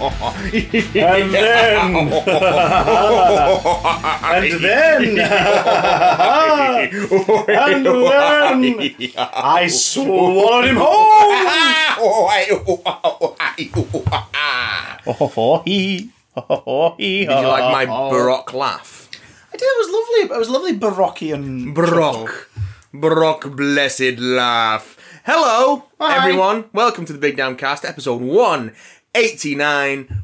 And then. and then. and then. I swallowed him whole. Did Did you you like my Baroque laugh? I did. It was lovely. It was lovely Barockian. Brock. Brock blessed laugh. Hello, Hi. everyone. Welcome to the Big Damn Cast, episode 189.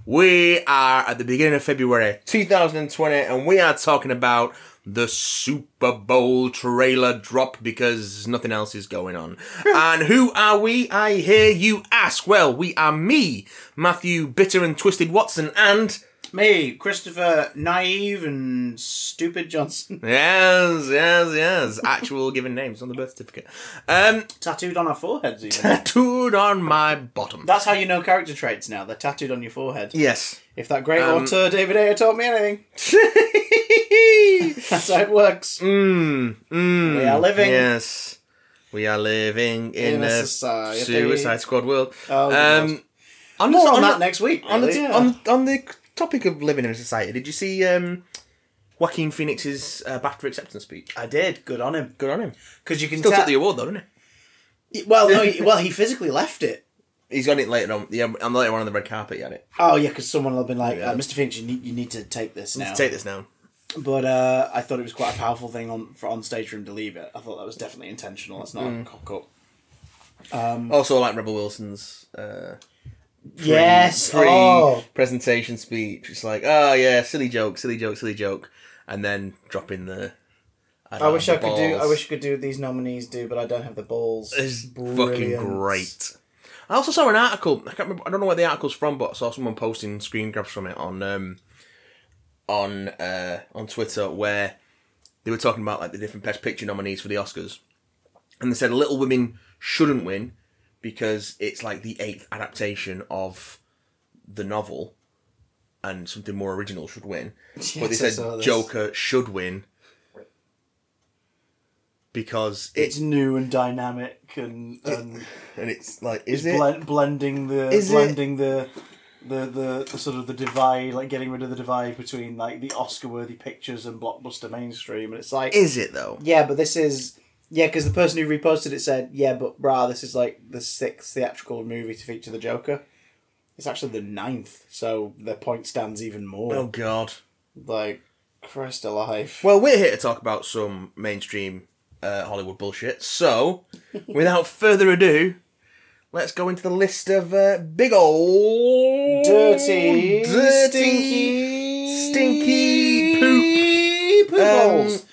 We are at the beginning of February 2020, and we are talking about the Super Bowl trailer drop because nothing else is going on. and who are we? I hear you ask. Well, we are me, Matthew Bitter and Twisted Watson, and Me, Christopher, naive and stupid Johnson, Yes, yes, yes. Actual given names on the birth certificate. Um, tattooed on our foreheads. Even. tattooed on my bottom. That's how you know character traits now. They're tattooed on your forehead. yes. If that great Um, author David Ayer taught me anything, that's how it works. mm, mm, We are living- Yes. We are living in, In a a, society. suicide squad world. Oh, um, on the- More on on that the- next week. on the, really, yeah. on, on the topic of living in a society, did you see um, Joaquin Phoenix's uh, BAFTA acceptance speech? I did. Good on him. Good on him. Because you can Still tell. took the award though, didn't well, no. he- Well, he physically left it. he? He's got it later on. Yeah, I'm later on on the red carpet. He had it. Oh yeah, because someone will have been like, uh, "Mr. Finch, you need, you need to take this now." Take this now. But uh, I thought it was quite a powerful thing on for on stage for him to leave it. I thought that was definitely intentional. That's not a cock up. Also, like Rebel Wilson's uh, yes. pre Oh. presentation speech. It's like, oh yeah, silly joke, silly joke, silly joke, and then dropping the. I wish I could do. I wish I could do what these nominees do, but I don't have the balls. It's fucking Brilliant. great. I also saw an article. I can't remember. I don't know where the article's from, but I saw someone posting screen grabs from it on um, on uh, on Twitter where they were talking about like the different best picture nominees for the Oscars, and they said Little Women shouldn't win because it's like the eighth adaptation of the novel, and something more original should win. but they Yes, I saw said this. Joker should win because It's it's new and dynamic and, and and it's like is it blend, blending the Is it- blending the. The, the, the sort of the divide like getting rid of the divide between like the Oscar worthy pictures and blockbuster mainstream and it's like is it though? Yeah, but this is yeah because the person who reposted it said yeah, but brah, this is like the sixth theatrical movie to feature the Joker. It's actually the ninth, so their point stands even more. Oh God. Like Christ alive. Well, we're here to talk about some mainstream uh, Hollywood bullshit. So, without further ado, let's go into the list of uh, big old dirty, dirty, stinky, stinky poop. poop Um, balls.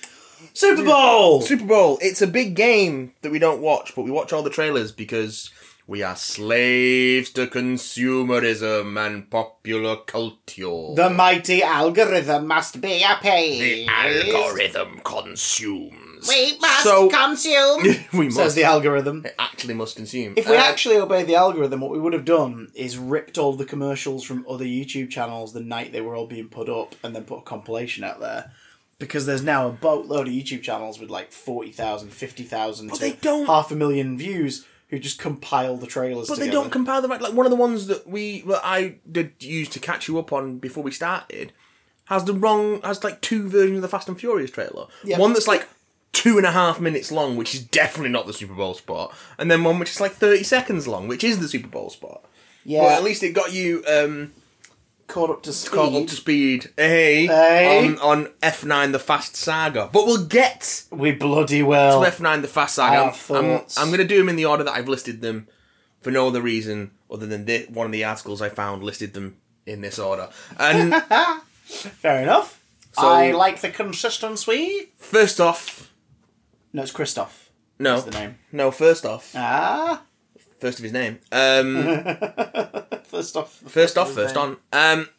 Super Bowl. Super Bowl. It's a big game that we don't watch, but we watch all the trailers because we are slaves to consumerism and popular culture. the mighty algorithm must be The appeased. algorithm consumes. We must So- consume. we must. Says the algorithm. actually must consume. If we Uh, actually obeyed the algorithm, what we would have done is ripped all the commercials from other YouTube channels the night they were all being put up and then put a compilation out there. Because there's now a boatload of YouTube channels with like 40,000, 50,000, to they don't- half a million views who just compile the trailers But they together. don't compare the like one of the ones that we that I did use to catch you up on before we started has the wrong has like two versions of the Fast and Furious trailer. Yeah. One that's like two and a half minutes long, which is definitely not the Super Bowl spot, and then one which is like thirty seconds long, which is the Super Bowl spot. yeah, Well, at least it got you um, caught up to speed. Eh? caught up to speed. Hey, Hey. on on F nine the Fast Saga, but we'll get We bloody well. F nine the Fast Saga. Our I'm, I'm, thoughts. I'm going to do them in the order that I've listed them, for no other reason other than thi- one of the articles I found listed them in this order. And Fair enough. So- I like the consistency. first off, No, it's Christoph. no, That's the name. no, first off, Ah, first of his name. Um, first off. first off, of his first name. on. Um,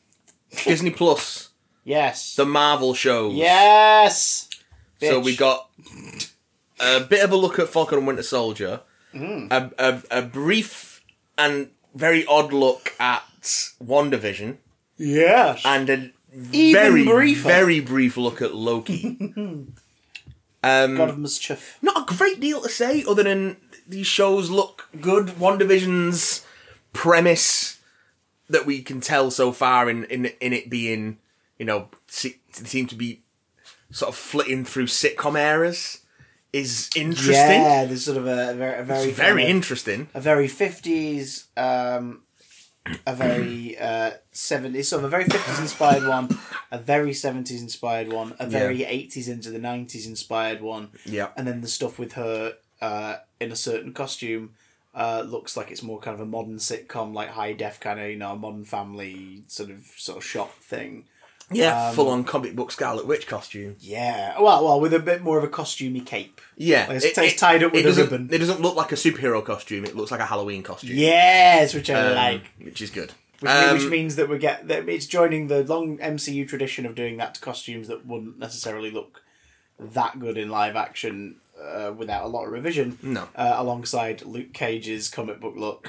Disney Plus, Yes. the Marvel shows. Yes. So Bitch. we got a bit of a look at Falcon and Winter Soldier, Mm. a, a, a brief and very odd look at WandaVision, Yes. and a Even very briefer. very brief look at Loki. God um, of mischief. not a great deal to say other than these shows look good. One Division's premise that we can tell so far in in, in it being you know se- seem to be sort of flitting through sitcom eras is interesting. Yeah, there's sort of a, very, a very, It's very kind of- interesting. a very fifties, um, a very uh seventies, sort of a very fifties inspired one, a very seventies inspired one, a very eighties into the nineties inspired one. Yeah. and then the stuff with her uh in a certain costume. Uh, looks like it's more kind of a modern sitcom, like high def kind of you know modern family sort of sort of shop thing. Yeah, Um, full on comic book Scarlet Witch costume. Yeah, well, well, with a bit more of a costumey cape. Yeah, Like, it's- it's tied up with a doesn't- ribbon. It doesn't look like a superhero costume. It looks like a Halloween costume. Yes, which I Um, like. which is good. Which, Um, which means that we get that it's joining the long MCU tradition of doing that to costumes that wouldn't necessarily look that good in live action uh, without a lot of revision. No. uh, alongside Luke Cage's comic book look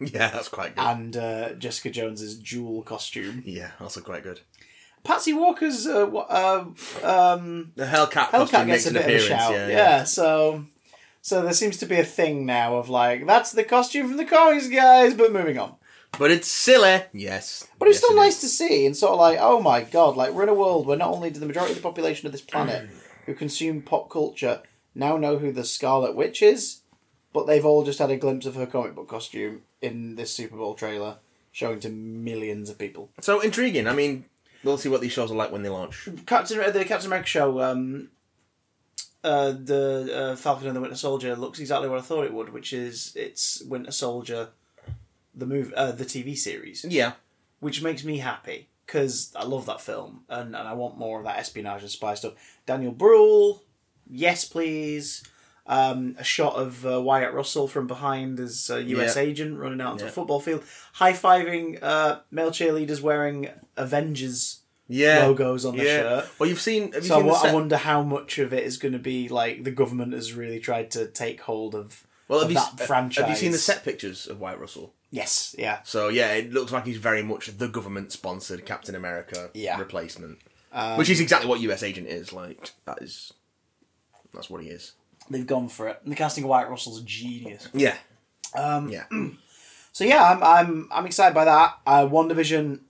yeah, that's quite good. and uh, Jessica Jones's jewel costume. yeah, also quite good. Patsy Walker's uh, wa- uh, um, The Hellcat, Hellcat costume gets makes a an bit of a appearance. shout. yeah, Yeah, yeah. so. So there seems to be a thing now of like that's the costume from the comics, guys. But moving on. but it's silly. Yes, But it's Yes, still it is. nice to see, and sort of like, oh my god, like we're in a world where not only do the majority of the population of this planet who consume pop culture now know who the Scarlet Witch is, but they've all just had a glimpse of her comic book costume in this Super Bowl trailer, showing to millions of people. So intriguing. I mean, we'll see what these shows are like when they launch. Captain uh, the Captain America show, um, uh, the uh, Falcon and the Winter Soldier looks exactly what I thought it would, which is it's Winter Soldier, the move, uh, the TV series. Yeah, which makes me happy because I love that film and, and I want more of that espionage and spy stuff. Daniel Bruhl, yes please. Um, a shot of uh, Wyatt Russell from behind as a US Yeah. agent running out onto Yeah. a football field, high fiving uh, male cheerleaders wearing Avengers yeah. logos on their yeah. shirt. Well, you've seen. Have you So I, seen the wo- I set- wonder how much of it is going to be like the government has really tried to take hold of, well, of have you, that s- franchise. Have you seen the set pictures of White Russell? Yes, yeah. So yeah, it looks like he's very much the government-sponsored Captain America Yeah. Um, replacement, which is exactly what U.S. agent is like. That is, that's what he is. They've gone for it. And the casting of Wyatt Russell's a genius. Yeah. Um, yeah. So yeah, I'm I'm I'm excited by that. Uh, One Division,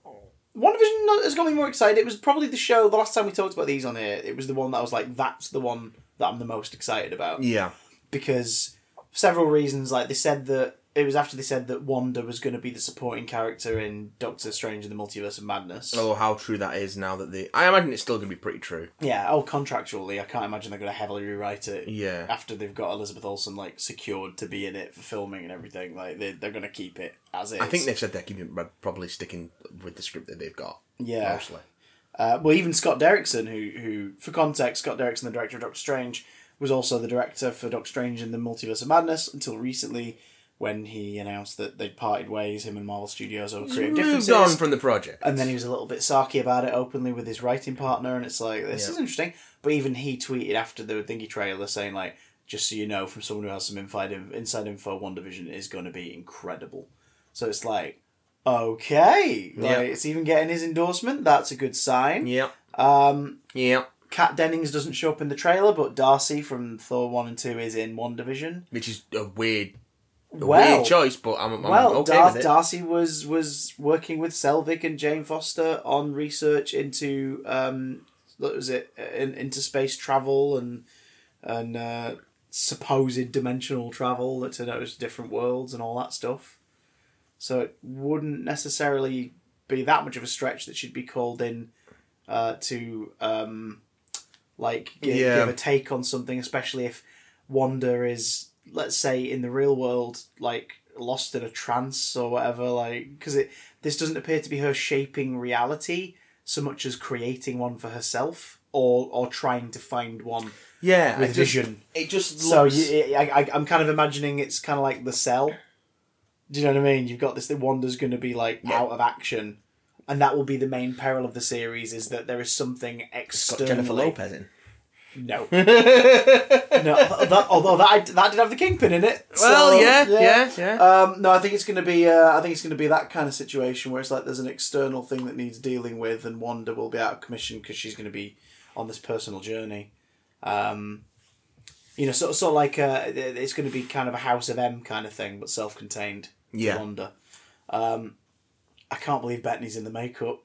One Division has got me more excited. It was probably the show the last time we talked about these on here. It was the one that I was like, that's the one that I'm the most excited about Yeah. because for several reasons. Like they said that it was after they said that Wanda was going to be the supporting character in Doctor Strange and the Multiverse of Madness. Although how true that is now that the I imagine it's still going to be pretty true. Yeah, oh, contractually, I can't imagine they're going to heavily rewrite it. Yeah. after they've got Elizabeth Olsen like secured to be in it for filming and everything, like they they're going to keep it as is. I think they've said they're keeping probably sticking with the script that they've got. Yeah. Mostly. Uh, well, even Scott Derrickson, who, who, for context, Scott Derrickson, the director of Doctor Strange, was also the director for Doctor Strange in the Multiverse of Madness until recently, when he announced that they'd parted ways, him and Marvel Studios over creative Moved differences. on from the project. and then he was a little bit sarky about it openly with his writing partner, and it's like this is interesting. But even he tweeted after the Thingy trailer saying like, "Just so you know, from someone who has some inside inside info, One Division is going to be incredible." So it's like, okay, like, Yeah. it's even getting his endorsement. That's a good sign. yeah. Um, Yeah. Kat Dennings doesn't show up in the trailer, but Darcy from Thor One and Two is in One Division. Which is a weird, a Well, weird choice, but I'm, I'm well, okay Dar- with it. Darcy was was working with Selvig and Jane Foster on research into um, what was it uh, in, into space travel and and uh, supposed dimensional travel that turned out it was different worlds and all that stuff. So it wouldn't necessarily be that much of a stretch that she'd be called in uh, to um, like give, Yeah. give a take on something, especially if Wanda is, let's say, in the real world, like lost in a trance or whatever. Like because it this doesn't appear to be her shaping reality so much as creating one for herself or or trying to find one. yeah. with I just, vision. It just So looks. you, I, I, I'm kind of imagining it's kind of like the cell. Do you know what I mean? You've got this. The Wanda's going to be like out of action, and that will be the main peril of the series is that there is something got externally. Jennifer Lopez in. No, no. That, although that that did have the kingpin in it. so, Well, yeah, yeah, yeah. Um, no, I think it's going to be. Uh, I think it's going to be that kind of situation where it's like there's an external thing that needs dealing with, and Wanda will be out of commission because she's going to be on this personal journey. Um, You know, so so like uh, it's going to be kind of a House of M kind of thing, but self-contained. to Yeah. Wonder. Um, I can't believe Bettany's in the makeup.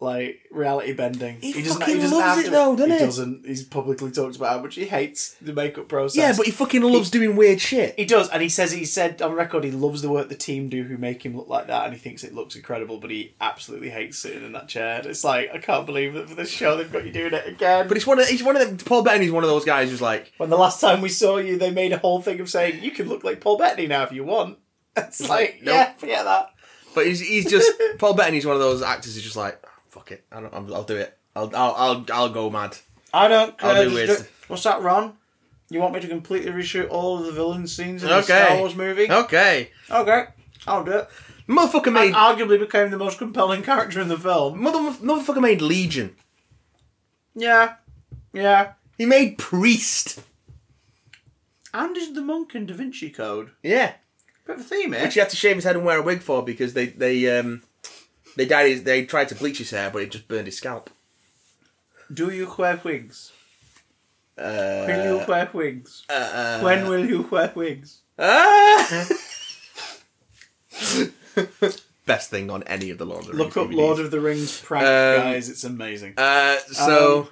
Like reality bending, he, fucking loves it though, doesn't he? doesn't. He's publicly talked about how much he hates the makeup process. Yeah, but he fucking loves doing weird shit. He does, and he says he said on record he loves the work the team do who make him look like that, and he thinks it looks incredible, but he absolutely hates sitting in that chair. And It's like I can't believe that for this show they've got you doing it again. But he's one of he's one of them. Paul Bettany's one of those guys who's like, when the last time we saw you, they made a whole thing of saying you can look like Paul Bettany now if you want. It's like nope. yeah, forget that. but he's, he's just Paul Bettany's one of those actors who's just like, "Ah, fuck it, I don't, I'll, I'll do it. I'll, I'll I'll I'll go mad. I don't. care. I'll do it. What's that, Ron? You want me to completely reshoot all of the villain scenes in the Okay. Star Wars movie? Okay, Okay, I'll do it. motherfucker made Arguably became the most compelling character in the film. mother motherfucker made Legion. Yeah, yeah. He made Priest. And is the monk in Da Vinci Code? Yeah, Bit of a theme, eh? which he had to shave his head and wear a wig for because they they um they dyed his, they tried to bleach his hair, but it just burned his scalp. Do you wear wigs? Will Uh, you wear wigs? uh, when will you wear wigs? Ah! Best thing on any of the Lord of the Look up Rings Lord DVDs. of the Rings prank, Um, guys. It's amazing. Uh, so,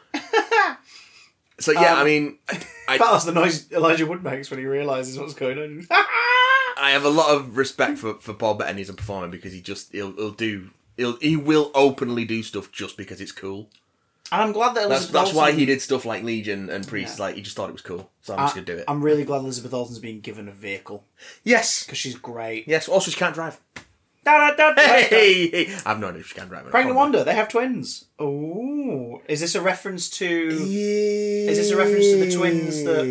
so yeah, Um, I mean, I, That's the noise Elijah Wood makes when he realizes what's going on. I have a lot of respect for, for Paul Bettany as a performer because he just he'll, he'll do he'll, he will openly do stuff just because it's cool. and I'm glad That's that Elizabeth that's why Olsen- he did stuff like Legion and Priest. Yeah. Uh, Like he just thought it was cool, so I'm I, just gonna do it. am really glad Elizabeth Olsen's being given a vehicle yes, because she's great. yes. Also, she can't drive. Da, da, da, da, da. Hey, I've no idea if she can drive. or not. Probably. Pregnant Wonder, they have twins. Oh, is this a reference to? Is Is this a reference to the twins that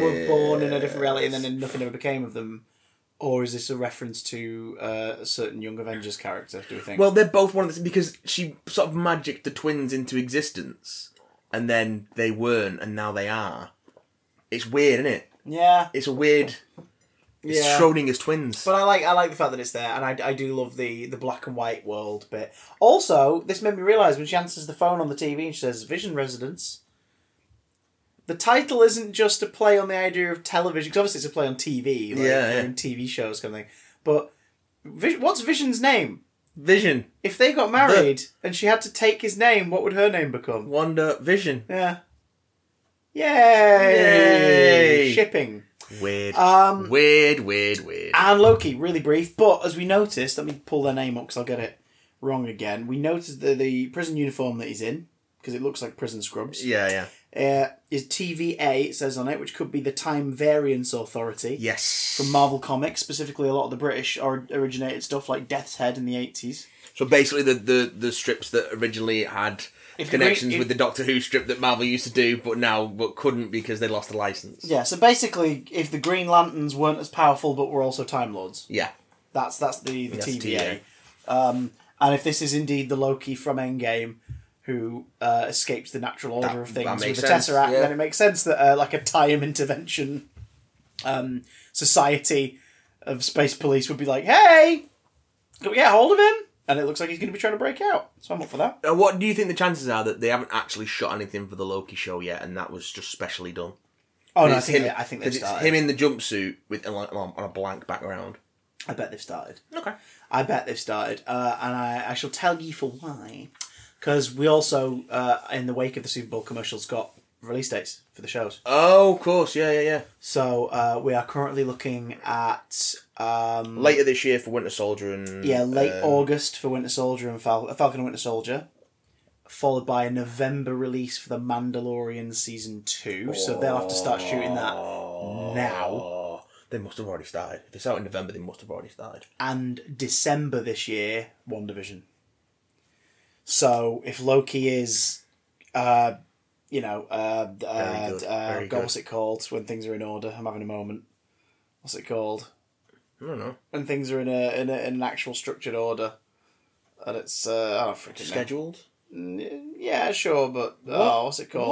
were born in a different reality and then nothing ever became of them? Or is this a reference to uh, a certain Young Avengers character, do we think? Well, they're both one of the because she sort of magicked the twins into existence, and then they weren't, and now they are. It's weird, isn't it? yeah. It's a weird. It's Yeah. Schrodinger's twins. But I like I like the fact that it's there, and I, I do love the, the black and white world bit. Also, this made me realise when she answers the phone on the TV and she says Vision Residence, the title isn't just a play on the idea of television, because obviously it's a play on TV, like, Yeah, they're yeah. in TV shows kind of thing. But Vis- what's Vision's name? Vision, If they got married and she had to take his name, what would her name become? Wonder, Vision. Yeah. Yay! Yay. Shipping. Weird, Um, weird, weird, weird. and Loki, really brief, but as we noticed, let me pull their name up because I'll get it wrong again. We noticed that the prison uniform that he's in, because it looks like prison scrubs, yeah, yeah, uh, is TVA, it says on it, which could be the Time Variance Authority. yes. From Marvel Comics, specifically a lot of the British or- originated stuff like Death's Head in the 80s. So basically, the, the the strips that originally had If the connections green- if- with the Doctor Who strip that Marvel used to do, but now but couldn't because they lost the license. Yeah, so basically, if the Green Lanterns weren't as powerful but were also Time Lords, Yeah. That's that's the, the That's TVA. TVA. Um, and if this is indeed the Loki from Endgame who uh, escapes the natural order That- of that things with makes the sense, Tesseract, yeah. then it makes sense that uh, like a time intervention um, society of space police would be like, "Hey, can we get hold of him?" And it looks like he's going to be trying to break out. So I'm up for that. Uh, what do you think the chances are that they haven't actually shot anything for the Loki show yet, and that was just specially done? Oh no, I It's think him- they, I think they've 'cause it's started. him in the jumpsuit with on on a blank background. I bet they've started. Okay. I bet they've started, uh, and I, I shall tell you for why. Because we also, uh, in the wake of the Super Bowl commercials, got release dates for the shows. Oh, of course. Yeah, yeah, yeah. So uh, we are currently looking at um, Later this year for Winter Soldier and yeah late uh, August for Winter Soldier and Fal- Falcon and Winter Soldier, followed by a November release for the Mandalorian season two. So they'll have to start shooting that now. Oh, they must have already started. If it's out in November, they must have already started. and December this year, One Division. So if Loki is, uh, you know, uh, uh, good, uh, very God, good. what's it called when things are in order? I'm having a moment. What's it called I don't know. when things are in a in, a, in an actual structured order? And it's uh, I don't freaking know. Scheduled. Yeah, sure, but oh, what's it called?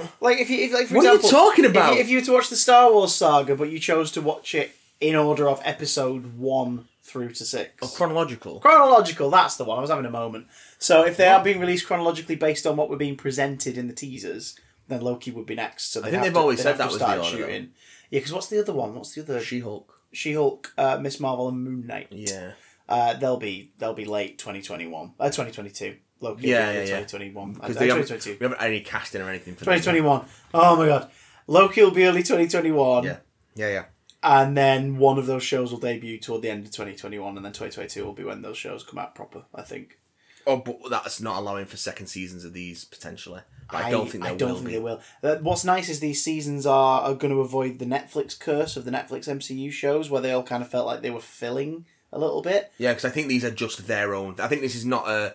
What? Like if you if, like for What are you example, talking if you- about? If you, were to watch the Star Wars saga, but you chose to watch it in order of episode one through to six. Oh, Chronological. Chronological, that's the one. I was having a moment. So if they are being released chronologically based on what we're being presented in the teasers, then Loki would be next. So I think they've always said that was the order, though. shooting. Yeah, because what's the other one? What's the other She Hulk. She Hulk, uh, Miss Marvel, and Moon Knight? Yeah. Uh, they'll be they'll be late twenty twenty one. Uh, twenty twenty two. Loki. Yeah, yeah, yeah. Twenty twenty one. Because we Twenty haven't twenty two. we haven't had any casting or anything for them. Twenty twenty one. Oh my god. Loki will be early twenty twenty one. Yeah. Yeah, yeah. And then one of those shows will debut toward the end of 2021, and then 2022 will be when those shows come out proper, I think. Oh, but that's not allowing for second seasons of these potentially. But I, don't think there I don't will think be. they will. Uh, what's nice is these seasons are, are going to avoid the Netflix curse of the Netflix MCU shows, where they all kind of felt like they were filling a little bit. Yeah, because I think these are just their own. I think this is not a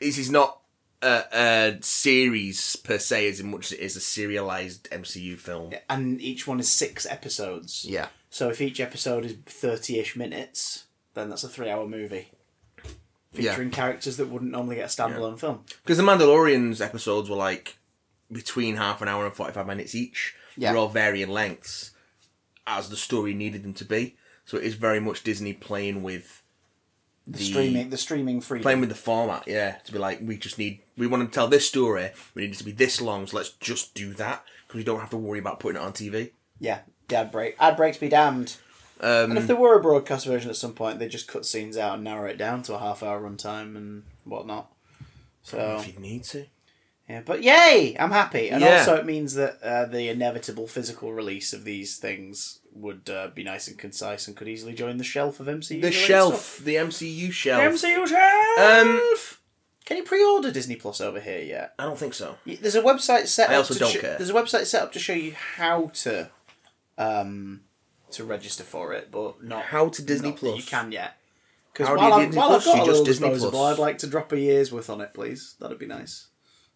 this is not a, a series per se, as much as it is a serialized MCU film. Yeah. And each one is six episodes. So if each episode is 30 ish minutes, then that's a three hour movie Yeah, featuring characters that wouldn't normally get a standalone film. because the Mandalorian's episodes were like between half an hour and forty-five minutes each. Yeah. They're all varying lengths as the story needed them to be. So it is very much Disney playing with The, streaming, the streaming freedom. playing with the format, yeah. To be like, we just need, we want to tell this story. We need it to be this long, so let's just do that because we don't have to worry about putting it on TV. Yeah, the ad break. Ad breaks be damned. Um, Hmm. and if there were a broadcast version at some point, they just cut scenes out and narrow it down to a half hour runtime and whatnot. So If you need to, yeah, but yay, I'm happy, and Yeah. also it means that uh, the inevitable physical release of these things would uh, be nice and concise and could easily join the shelf of MCU. the related shelf, stuff. the MCU The shelf. MCU shelf. Um, Can you pre-order Disney Plus over here yet? I don't think so. Y- There's a website set. I up also to don't sh- care. There's a website set up to show you how to, um, to register for it, but not How to Disney not that Plus? You can yet. Because How do while, you I'm, Disney while Plus? I've got You a just little Disney Plus. disposable, I'd like to drop a year's worth on it, please. That'd be nice.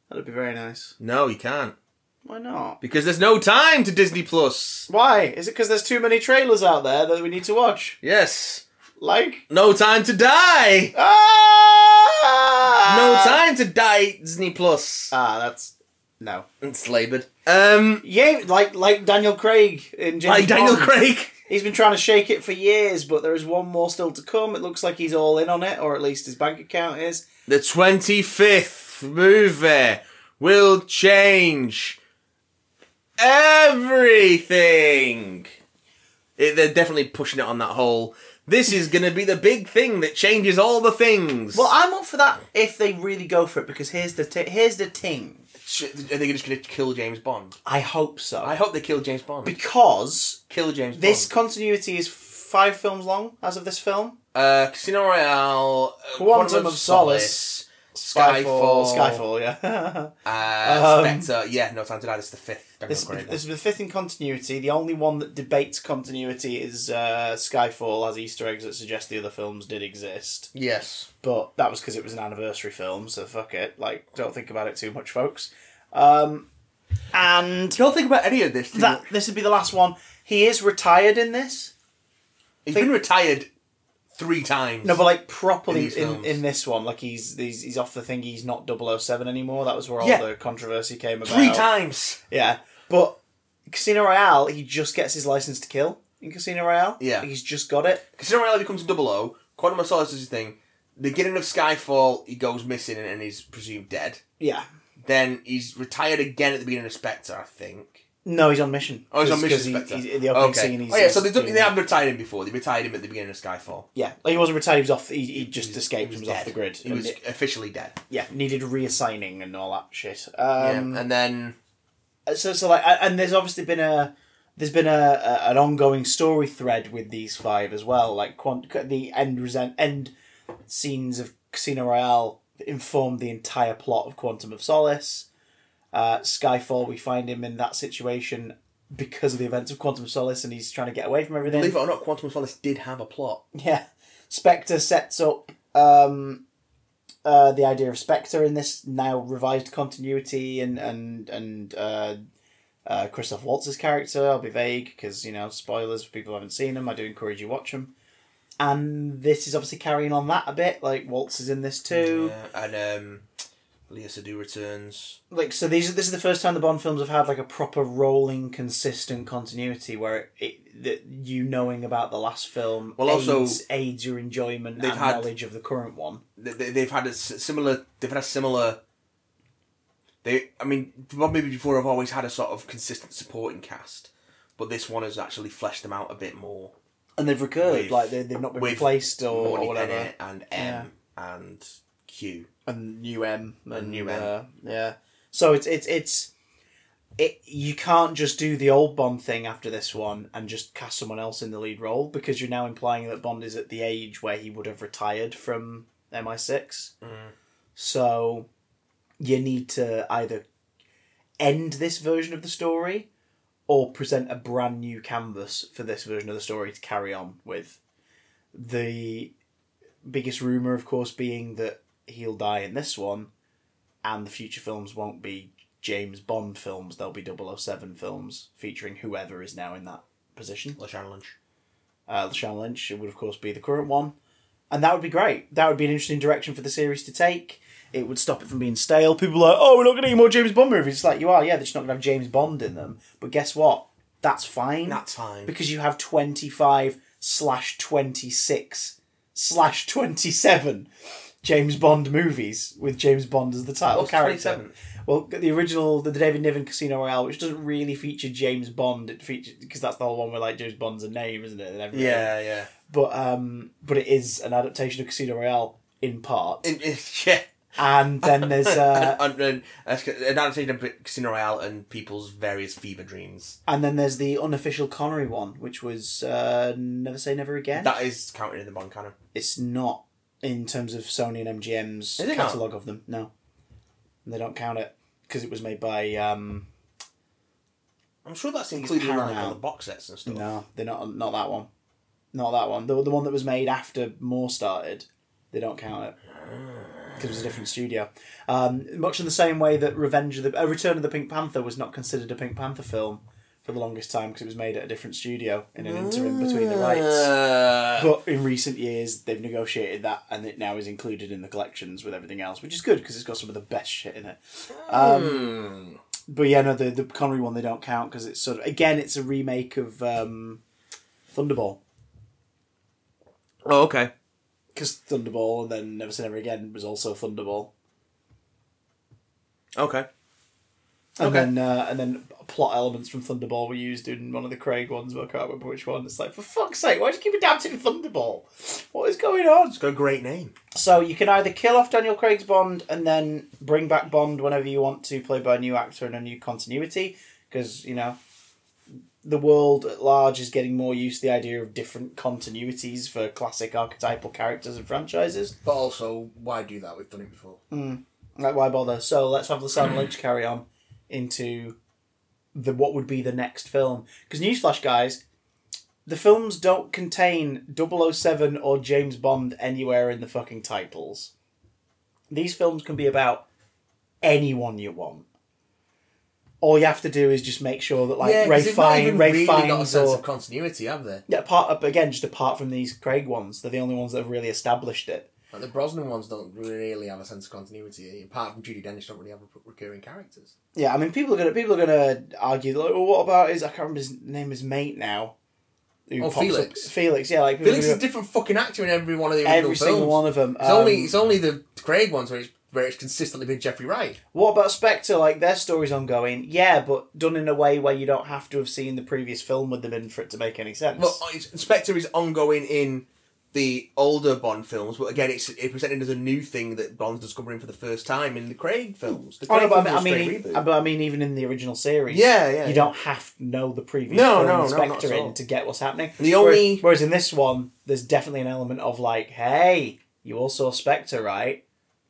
That'd be very nice. No, you can't Why not? because there's no time to Disney Plus. Why? Is it because there's too many trailers out there that we need to watch? Yes, Like no time to die. ah, No time to die, Disney Plus. Ah, that's no. Uh, It's laboured. Um, Yeah, like like Daniel Craig in James like Daniel Bond. Craig. He's been trying to shake it for years, but there is one more still to come. It looks like he's all in on it, or at least his bank account is. The 25th movie will change everything. It, they're definitely pushing it on that whole. This is going to be the big thing that changes all the things. Well, I'm up for that if they really go for it, because here's the t- here's the thing. Sh- are they just going to kill James Bond? I hope so. I hope they kill James Bond. because kill James this Bond. continuity is five films long as of this film. Uh, Casino Royale, uh, Quantum of Solace, Skyfall, Skyfall, yeah. uh, Um, Spectre. Yeah, no time to die. This is the fifth. Daniel this, Craig one. this is the fifth in continuity. The only one that debates continuity is uh, Skyfall, as Easter eggs that suggest the other films did exist. yes. but that was because it was an anniversary film, so fuck it. Like, don't think about it too much, folks. Um, and Don't think about any of this. that this would be the last one. He is retired in this. He's been retired three times. No, but like properly In these in, in, films. this one, like he's, he's he's off the thing. He's not 007 anymore. That was where all Yeah. the controversy came about. three times. Yeah, but Casino Royale, he just gets his license to kill in Casino Royale. Yeah. he's just got it. Casino Royale becomes a double O. Quantum of Solace is his thing. Beginning of Skyfall, he goes missing and, and he's presumed dead. Yeah. Then he's retired again at the beginning of Spectre, I think. No, he's on mission. Oh, he's on 'Cause- Mission 'cause he- Spectre. he's- in the opening okay. scene, he's, oh yeah, so they, he's don't, doing they that. haven't retired him before. They retired him at the beginning of Skyfall. Yeah, like he wasn't retired. He was off. He, he just escaped. He He was was off dead. the grid. He and was it- officially dead. yeah, needed reassigning and all that shit. Um, yeah. And then So so like, a- and there's obviously been a there's been a, a an ongoing story thread with these five as well. Like quant- the end resent end scenes of Casino Royale informed the entire plot of Quantum of Solace. Uh, Skyfall, we find him in that situation because of the events of Quantum of Solace, and he's trying to get away from everything. believe it or not, Quantum of Solace did have a plot. Yeah. Spectre sets up um, uh, the idea of Spectre in this now revised continuity, and and and uh, uh, Christoph Waltz's character. I'll be vague because you know spoilers for people who haven't seen them. I do encourage you watch them. And this is obviously carrying on that a bit. Like Waltz is in this too. Yeah, and um, Leah Sadu returns. Like so, these this is the first time the Bond films have had like a proper rolling, consistent continuity where it, it that you knowing about the last film Well, also, aids, aids your enjoyment they've and had- knowledge of the current one. They, they, they've had a s- similar. They've had a similar They, I mean, well, maybe before I've always had a sort of consistent supporting cast, but this one has actually fleshed them out a bit more. and they've recurred, With- like they, they've not been with replaced or, Money or whatever. Bennett and M and Q. and new M and new uh, yeah. So it's it's it's it. You can't just do the old Bond thing after this one and just cast someone else in the lead role because you're now implying that Bond is at the age where he would have retired from MI6. So you need to either end this version of the story or present a brand new canvas for this version of the story to carry on with. The biggest rumor, of course, being that he'll die in this one, and the future films won't be James Bond films. They'll be 007 films featuring whoever is now in that position. LaShawn Lynch. Uh, Sean Lynch would, of course, be the current one, and that would be great. That would be an interesting direction for the series to take. It would stop it from being stale. People are like, oh, we're not going to get more James Bond movies. It's like you are, yeah. They're just not going to have James Bond in them. But guess what? That's fine That's fine. because you have 25 slash 26 slash 27 James Bond movies with James Bond as the title What's character. 27? Well, the original, the David Niven Casino Royale, which doesn't really feature James Bond, it features because that's the whole one where like James Bond's a name, isn't it? And everything. Yeah, yeah. But um, but it is an adaptation of Casino Royale in part, In- in- yeah. and then there's uh, and, and, and, and Anthony Dempsey, Casino Royale and people's various fever dreams. and then there's the unofficial Connery one, which was uh, Never Say Never Again. That is counted in the Bond canon. it's not in terms of Sony and MGM's Is it not? catalog of them. No, they don't count it because it was made by. Um, I'm sure that's it's included in like, all Paramount. the box sets and stuff. no, they're not. Not that one. Not that one. The the one that was made after Moore started. They don't count it because it was a different studio. Um, much in the same way that Revenge of the uh, Return of the Pink Panther was not considered a Pink Panther film for the longest time because it was made at a different studio in an interim between the rights. Uh, But in recent years, they've negotiated that, and it now is included in the collections with everything else, which is good because it's got some of the best shit in it. Um, hmm. But yeah, no, the the Connery one they don't count because it's sort of again, it's a remake of um, Thunderball Oh, okay. because Thunderball and then Never Say Never Again was also Thunderball, Okay. and Okay. then uh, and then plot elements from Thunderball were used in one of the Craig ones, but I can't remember which one. It's like for fuck's sake, why do you keep adapting Thunderball? What is going on? It's got a great name. So you can either kill off Daniel Craig's Bond and then bring back Bond whenever you want to, played by a new actor and a new continuity, because you know the world at large is getting more used to the idea of different continuities for classic archetypal characters and franchises. But also, why do that? We've done it before. Like, why bother? So let's have Sam Lynch carry on into the what would be the next film. Because newsflash, guys, the films don't contain 007 or James Bond anywhere in the fucking titles. These films can be about anyone you want. All you have to do is just make sure that like Ray Fine, Ray got a Fiennes, sense or of continuity, have they? yeah, apart again, just apart from these Craig ones, they're the only ones that have really established it. Like the Brosnan ones don't really have a sense of continuity. Apart from Judy Dench, don't really have re- recurring characters. Yeah, I mean, people are gonna people are gonna argue like, well, what about his? I can't remember his name. His mate now. Who Oh, pops up- Felix. Felix, yeah, like people Felix are is a gonna- different fucking actor in every one of the original every films. single one of them. um, It's only it's only the Craig ones where it's where it's consistently been Jeffrey Wright. What about Spectre? Like their story's ongoing, yeah, but done in a way where you don't have to have seen the previous film with them in for it to make any sense. Well, it's- Spectre is ongoing in the older Bond films, but again, it's it presented as a new thing that Bond's discovering for the first time in the Craig films. The Oh, Craig no, but I films mean, are I a mean, straight reboot. but I mean, even in the original series, Yeah, yeah, you yeah. don't have to know the previous No, film no, with no, not Spectre at in all. to get what's happening. The Whereas- only- whereas, in this one, there's definitely an element of like, hey, you all saw Spectre, right?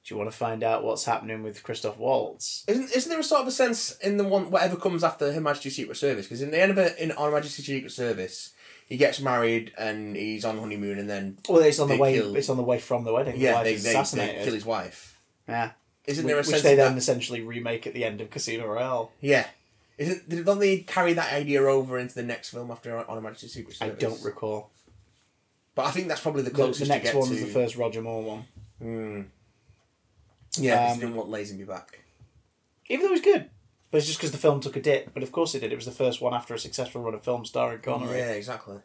Do you want to find out what's happening with Christoph Waltz? Isn't, isn't there a sort of a sense in the one whatever comes after Her Majesty's Secret Service? Because in the end of it, in Her Majesty's Secret Service, he gets married and he's on honeymoon, and then Well, it's on They the way. kill- It's on the way from the wedding. yeah, Wife they, is they, they assassinated. kill his wife. yeah, Isn't there a which sense they of then that? essentially remake at the end of Casino Royale. Yeah, isn't don't they carry that idea over into the next film after Her Majesty's Secret I Service? don't recall. But I think that's probably the The, closest the next you get one to. was the first Roger Moore one. Yeah, 'cause he Um, didn't want Lazenby back. even though it was good. But it's just because the film took a dip. But of course it did. It was the first one after a successful run of films starring Connery. Yeah, exactly.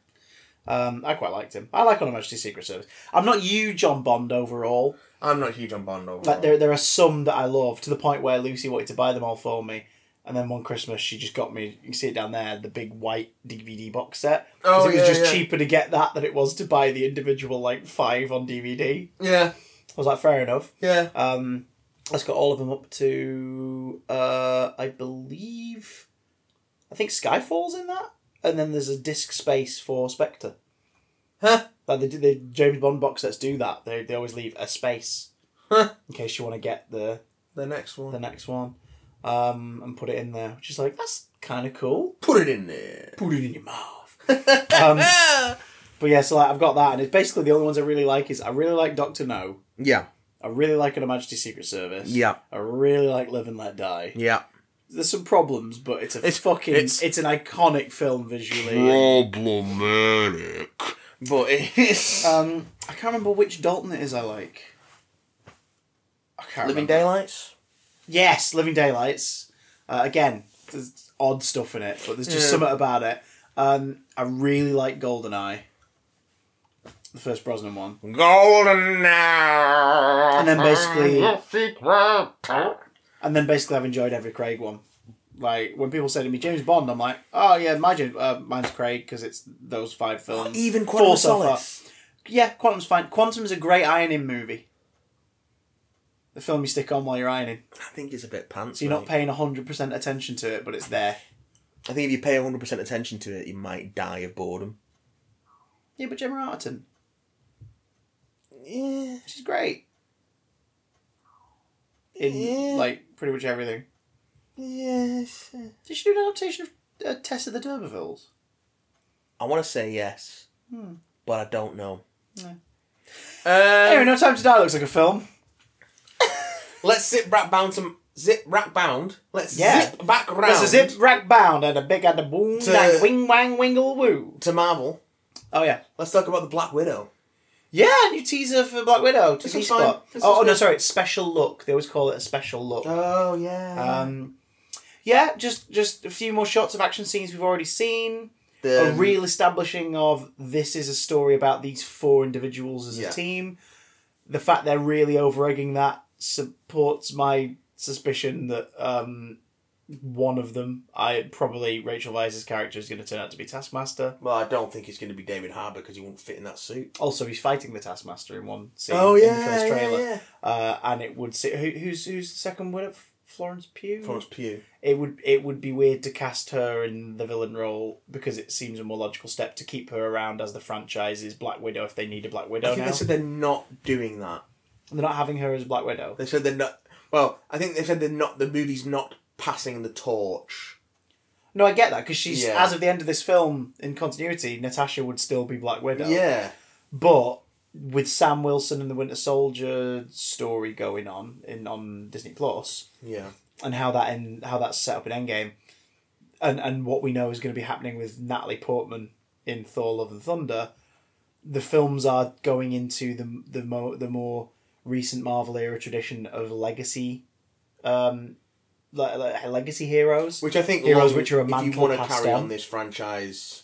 Um, I quite liked him. I like On Her Majesty's Secret Service. I'm not huge on Bond overall. I'm not huge on Bond overall. Like there, there are some that I love to the point where Lucy wanted to buy them all for me, and then one Christmas she just got me. You can see it down there, the big white DVD box set. 'Cause Oh, it yeah, was just yeah. cheaper to get that than it was to buy the individual like five on DVD. yeah, I was like, fair enough. yeah. Um, that's got all of them up to, uh, I believe, I think Skyfall's in that, and then there's a disc space for Spectre. Huh? Like they do, the James Bond box sets do that. They they always leave a space Huh. in case you want to get the The next one. the next one, um, and put it in there, which is like that's kind of cool. Put it in there. Put it in your mouth. um, but yeah, so like I've got that, and it's basically the only ones I really like is I really like Doctor No. Yeah, I really like Her Majesty's Secret Service. Yeah. I really like Live and Let Die. yeah. There's some problems, but it's a It's- fucking it's, it's- an iconic film visually. Problematic. But it's Um, I can't remember which Dalton it is I like. I can't Living remember. Daylights. Yes, Living Daylights. Uh, again, there's odd stuff in it, but there's just Yeah. something about it. Um, I really like Goldeneye, the first Brosnan one. Golden now. And then basically- basically. And then basically, I've enjoyed every Craig one. Like when people say to me James Bond, I'm like, oh yeah, my James, uh, mine's Craig because it's those five films. Even Four Quantum of so far. Solace. Yeah, Quantum's fine. Quantum's a great ironing movie. The film you stick on while you're ironing, I think it's a bit pants. so you're mate. not paying hundred percent attention to it, but it's there. I think if you pay 100% attention to it, you might die of boredom. Yeah, but Gemma Arterton, Yeah. she's great in Yeah. like pretty much everything. Yes. Did she do an adaptation of uh, Tess of the D'Urbervilles? I want to say yes, but I don't know. Hmm. No. anyway, Um, No Time to Die looks like a film. let's zip back bound to zip back bound. Let's Yeah. zip back round. There's a zip rack bound and a big and a boom To- and wing wang wingle woo. to Marvel. Oh yeah, Let's talk about the Black Widow. yeah. New teaser for Black Widow. This TV is fine. spot. This Oh, is oh no, good. sorry. It's special look. They always call it a special look. Oh yeah. Um, yeah, just just a few more shots of action scenes we've already seen. the a real establishing of this is a story about these four individuals as Yeah. a team. The fact they're really over egging that supports my suspicion that um, one of them, I probably Rachel Weisz's character, is going to turn out to be Taskmaster. Well, I don't think it's going to be David Harbour because he won't fit in that suit. Also, he's fighting the Taskmaster in one scene in the first Oh, yeah, trailer, yeah. Uh, and it would see who, who's who's the second winner. Florence Pugh. Florence Pugh. it would it would be weird to cast her in the villain role because it seems a more logical step to keep her around as the franchise's Black Widow if they need a Black I Widow think now. they said they're not doing that. They're not having her as Black Widow. They said they're not. Well, I think they said they're not. The movie's not passing the torch. No, I get that because she's Yeah. as of the end of this film in continuity, Natasha would still be Black Widow. Yeah. but with Sam Wilson and the Winter Soldier story going on in on Disney Plus Yeah. and how that in how that's set up in Endgame, and and what we know is going to be happening with Natalie Portman in Thor: Love and Thunder, the films are going into the the mo- the more recent Marvel era tradition of legacy, um, like, like legacy heroes. Which I think Heroes long- which are a if you mantle want to passed carry on. on this franchise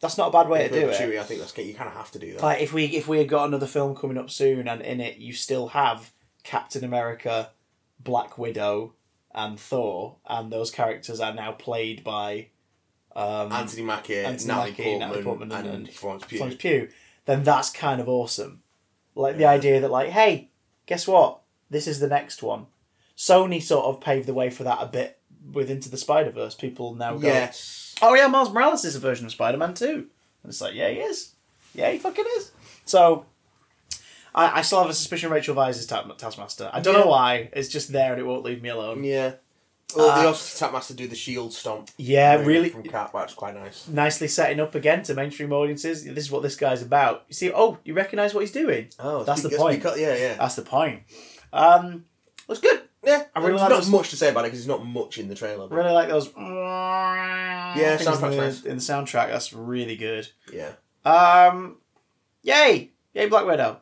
That's not a bad way in to do it. perpetuity, I think that's you kind of have to do that. Like if we if we had got another film coming up soon, and in it you still have Captain America, Black Widow, and Thor, and those characters are now played by um, Anthony Mackie, Anthony Natalie, Portman, Mackie, Natalie Portman and, and- Florence Pugh. Florence Pugh, then that's kind of awesome. Like the idea that like, hey, guess what? This is the next one. Sony sort of paved the way for that a bit with Into the Spider Verse. People now go, Yes. oh yeah, Miles Morales is a version of Spider Man too. And it's like, yeah, he is. Yeah, he fucking is. So, I, I still have a suspicion Rachel Weisz is Ta- Taskmaster. I don't know Yeah. why. It's just there and it won't leave me alone. Yeah. Well, Uh, they also Taskmaster do the shield stomp. Yeah, really. From Cat, that's quite nice. Nicely setting up again to mainstream audiences. This is what this guy's about. You see, oh, you recognise what he's doing. Oh, That's the point. Because, yeah, yeah. That's the point. Um, it was good. yeah, I really there's like not those- much to say about it because there's not much in the trailer. But Really like those. Yeah, soundtrack's in the, nice. in the soundtrack. That's really good. Yeah. Um, yay, yay, Black Widow.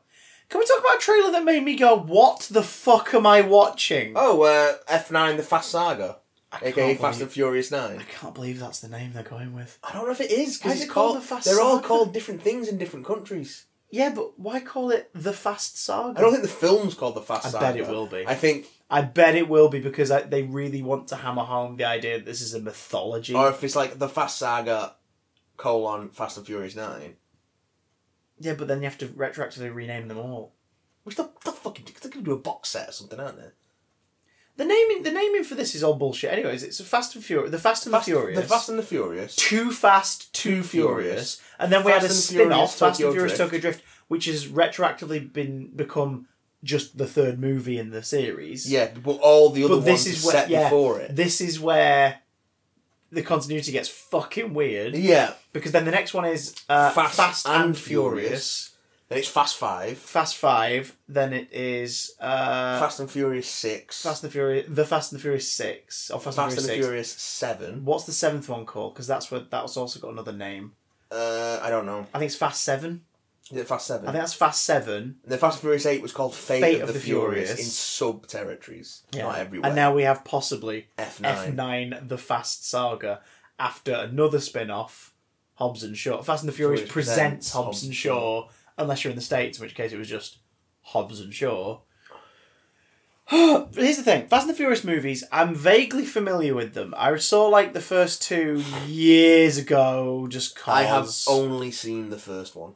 Can we talk about a trailer that made me go, "What the fuck am I watching?" Oh, uh, F9, the Fast Saga. aka can't Fast believe- and Furious Nine. I can't believe that's the name they're going with. I don't know if it is Why because is it's it called called. the Fast they're all Saga? called different things in different countries. Yeah, but why call it the Fast Saga? I don't think the film's called the Fast I Saga. bet it will be. I think, I bet it will be because I, they really want to hammer home the idea that this is a mythology. or if it's like the Fast Saga colon Fast and Furious Nine, yeah, but then you have to retroactively rename them all. which they'll, they'll fucking do. They're gonna do a box set or something, aren't they? The naming, the naming for this is all bullshit. Anyways, it's a Fast and Furious, the Fast and Fast, the Furious, The Fast and the Furious. Too Fast, Too Furious. Furious, and then we Fast had a and spin-off, Furious, Fast Tokyo and Furious Drift. Tokyo Drift, which has retroactively been become just the third movie in the series. Yeah, but all the other but ones this is are where set yeah, before it. this is where the continuity gets fucking weird yeah, because then the next one is uh, Fast, and, Furious. Furious. Then it's Fast Five, Fast Five, then it is uh, Fast, Fast and Furious Six, and the Furious, the Fast and the Furious Six, or Fast, Fast and the Furious Six. Furious Seven. What's the seventh one called? Because that's what that's also got another name. Uh, I don't know. I think it's Fast Seven. Is it Fast Seven? I think that's Fast Seven. The Fast and Furious Eight was called Fate, Fate of, the, Furious, in sub territories, not everywhere. And now we have possibly F F nine. Nine, the Fast Saga, after another spin-off, Hobbs and Shaw. Fast and the Furious Furious presents presents Hobbs, Hobbs and and Shaw, unless you're in the states, in which case it was just Hobbs and Shaw. But here's the thing: Fast and the Furious movies. I'm vaguely familiar with them. I saw like the first two years ago, just cause. I have only seen the first one.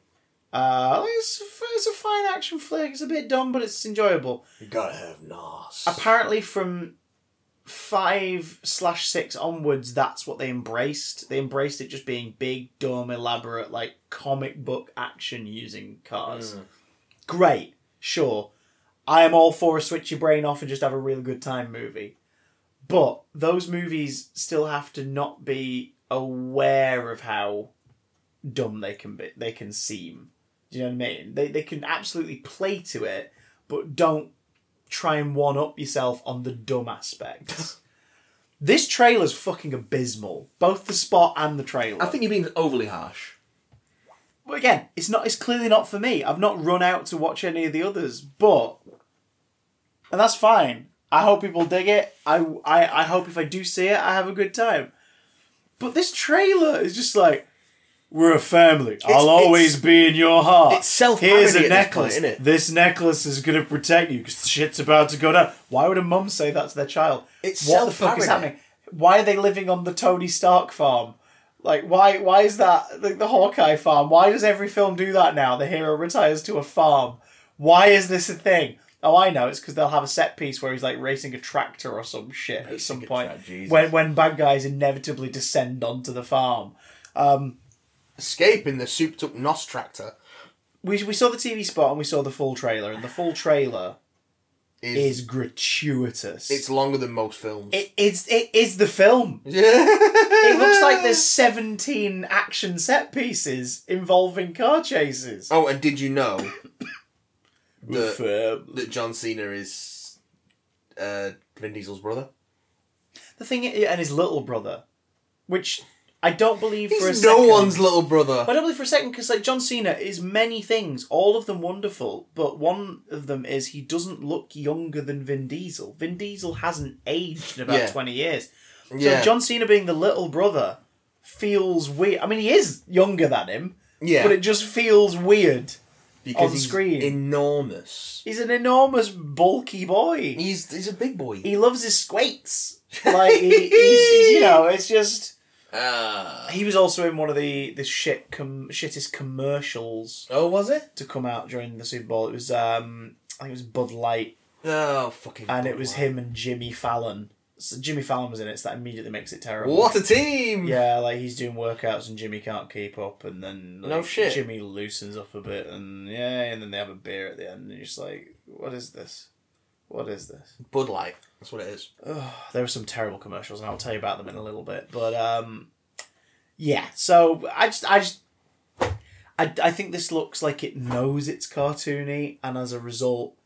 Uh, it's, it's a fine action flick. It's a bit dumb, but it's enjoyable. You gotta have Nas. Apparently, from five slash six onwards, that's what they embraced. They embraced it just being big, dumb, elaborate, like comic book action using cars. Great, sure. I am all for a switch your brain off and just have a real good time movie. But those movies still have to not be aware of how dumb they can be. They can seem. Do you know what I mean? They they can absolutely play to it, but don't try and one up yourself on the dumb aspects. this trailer's fucking abysmal. Both the spot and the trailer. I think you're being overly harsh. But again, it's not. It's clearly not for me. I've not run out to watch any of the others, but and that's fine. I hope people dig it. I, I, I hope if I do see it, I have a good time. But this trailer is just like, we're a family. I'll always be in your heart. it's self-parody Here's at a this necklace. point, isn't it? This necklace is going to protect you because shit's about to go down. Why would a mum say that to their child? It's what the fuck is self-parody. happening? Why are they living on the Tony Stark farm? Like why why is that like the Hawkeye farm? Why does every film do that now? The hero retires to a farm. Why is this a thing? Oh, I know. It's because they'll have a set piece where he's like racing a tractor or some shit at some a point. track, Jesus. when when bad guys inevitably descend onto the farm. Escaping the souped up Nos tractor We we saw the TV spot and we saw the full trailer, and the full trailer is, is gratuitous. it's longer than most films. it, it's it is the film. It looks like there's 17 action set pieces involving car chases. oh, and did you know that, the, that John Cena is uh, Vin Diesel's brother? the thing, i- and his little brother, which I don't believe for a He's no second. one's little brother. But I don't believe for a second because like John Cena is many things, all of them wonderful, but one of them is he doesn't look younger than Vin Diesel. Vin Diesel hasn't aged in about Yeah. twenty years. So Yeah. John Cena being the little brother feels weird. I mean, he is younger than him, yeah, but it just feels weird. because on he's screen. enormous. He's an enormous bulky boy. He's he's a big boy. He loves his squates. Like he, he's, he's, you know, it's just Ah. he was also in one of the the shit com- shittest commercials oh, was it? to come out during the Super Bowl. It was um I think it was Bud Light, Oh, fucking. and it was Budweiser. him and Jimmy Fallon. So Jimmy Fallon was in it, so that immediately makes it terrible. What a team! Yeah, like he's doing workouts and Jimmy can't keep up, and then like, No shit. Jimmy loosens up a bit, and yeah, and then they have a beer at the end, and you're just like, what is this? What is this? Bud Light. That's what it is. there were some terrible commercials, and I'll tell you about them in a little bit. But um, yeah, so I just, I just, I, I think this looks like it knows it's cartoony, and as a result,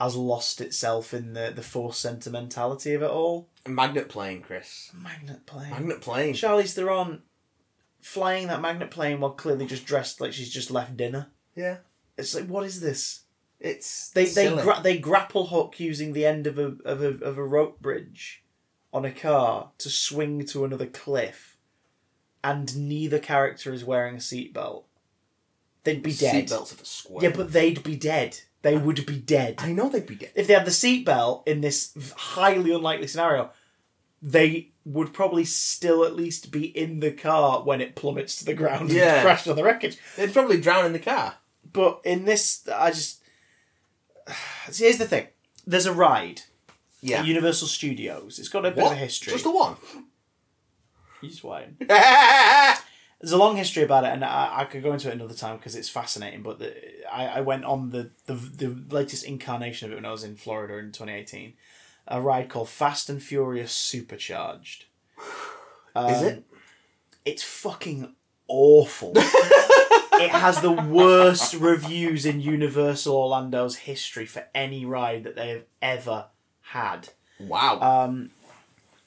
has lost itself in the the forced sentimentality of it all. Magnet plane, Chris. Magnet plane. Magnet plane. Charlize Theron flying that magnet plane while clearly just dressed like she's just left dinner. Yeah. It's like, what is this? It's They they silly. gra- they grapple hook using the end of a of a of a rope bridge, on a car to swing to another cliff, and neither character is wearing a seatbelt, they'd be dead. Seatbelts of a square. Yeah, but they'd be dead. They would be dead I know they'd be dead. if they had the seatbelt in this highly unlikely scenario, they would probably still at least be in the car when it plummets to the ground Yeah. and crashed on the wreckage. They'd probably drown in the car. But in this, I just. See, here's the thing there's a ride Yeah. at Universal Studios, it's got a bit of a history. Just the one. You just whine. yeah. there's a long history about it, and I, I could go into it another time because it's fascinating. But the, I, I went on the, the the latest incarnation of it when I was in Florida in 2018, a ride called Fast and Furious Supercharged. Is Um, it? It's fucking awful. it has the worst reviews in Universal Orlando's history for any ride that they have ever had Wow.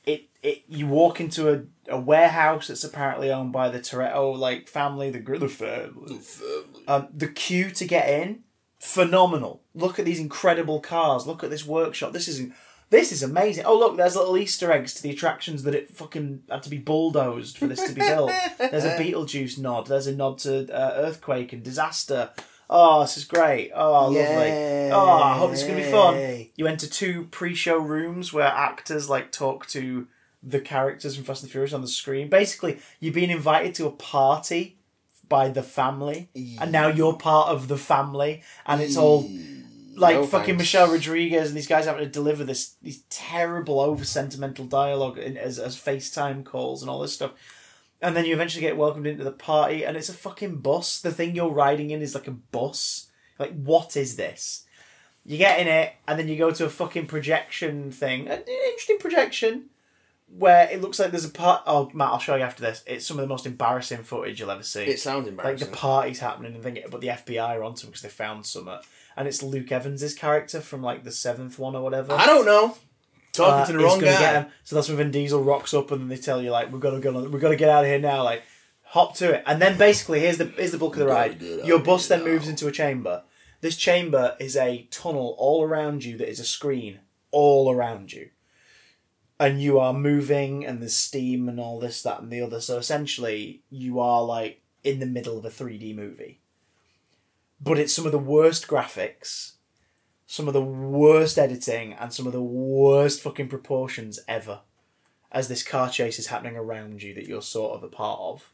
it, it you walk into a, a warehouse that's apparently owned by the Toretto like family, the gr- the family. Um, the queue to get in, phenomenal. Look at these incredible cars. Look at this workshop. This is this is amazing. Oh look, there's little Easter eggs to the attractions that it fucking had to be bulldozed for this to be built. there's a Beetlejuice nod. There's a nod to uh, earthquake and disaster. Oh, this is great. Oh, lovely. Oh, I hope this is gonna be fun. Yay. You enter two pre-show rooms where actors like talk to the characters from Fast and Furious on the screen. Basically, you're being invited to a party by the family, and now you're part of the family, and it's all like No fucking thanks. Michelle Rodriguez and these guys having to deliver this these terrible over sentimental dialogue in, as as FaceTime calls and all this stuff. And then you eventually get welcomed into the party, and it's a fucking bus. The thing you're riding in is like a bus. Like, what is this? You get in it, and then you go to a fucking projection thing. An interesting projection where it looks like there's a part. Oh, Matt, I'll show you after this. It's some of the most embarrassing footage you'll ever see it sounds like the embarrassing. party's happening and thing, but the FBI are onto him because they found something. And it's Luke Evans' character from like the seventh one or whatever. I don't know. Talking Uh, to the he's wrong gonna get guy. him. So that's when Vin Diesel rocks up and they tell you like we've got to go, we've got to get out of here now. Like hop to it. And then basically here's the here's the bulk of the ride. get Your out bus of then here moves into a chamber. This chamber is a tunnel all around you that is a screen all around you. And you are moving and there's steam and all this, that and the other. So essentially you are like in the middle of a 3D movie. But it's some of the worst graphics some of the worst editing and some of the worst fucking proportions ever as this car chase is happening around you that you're sort of a part of.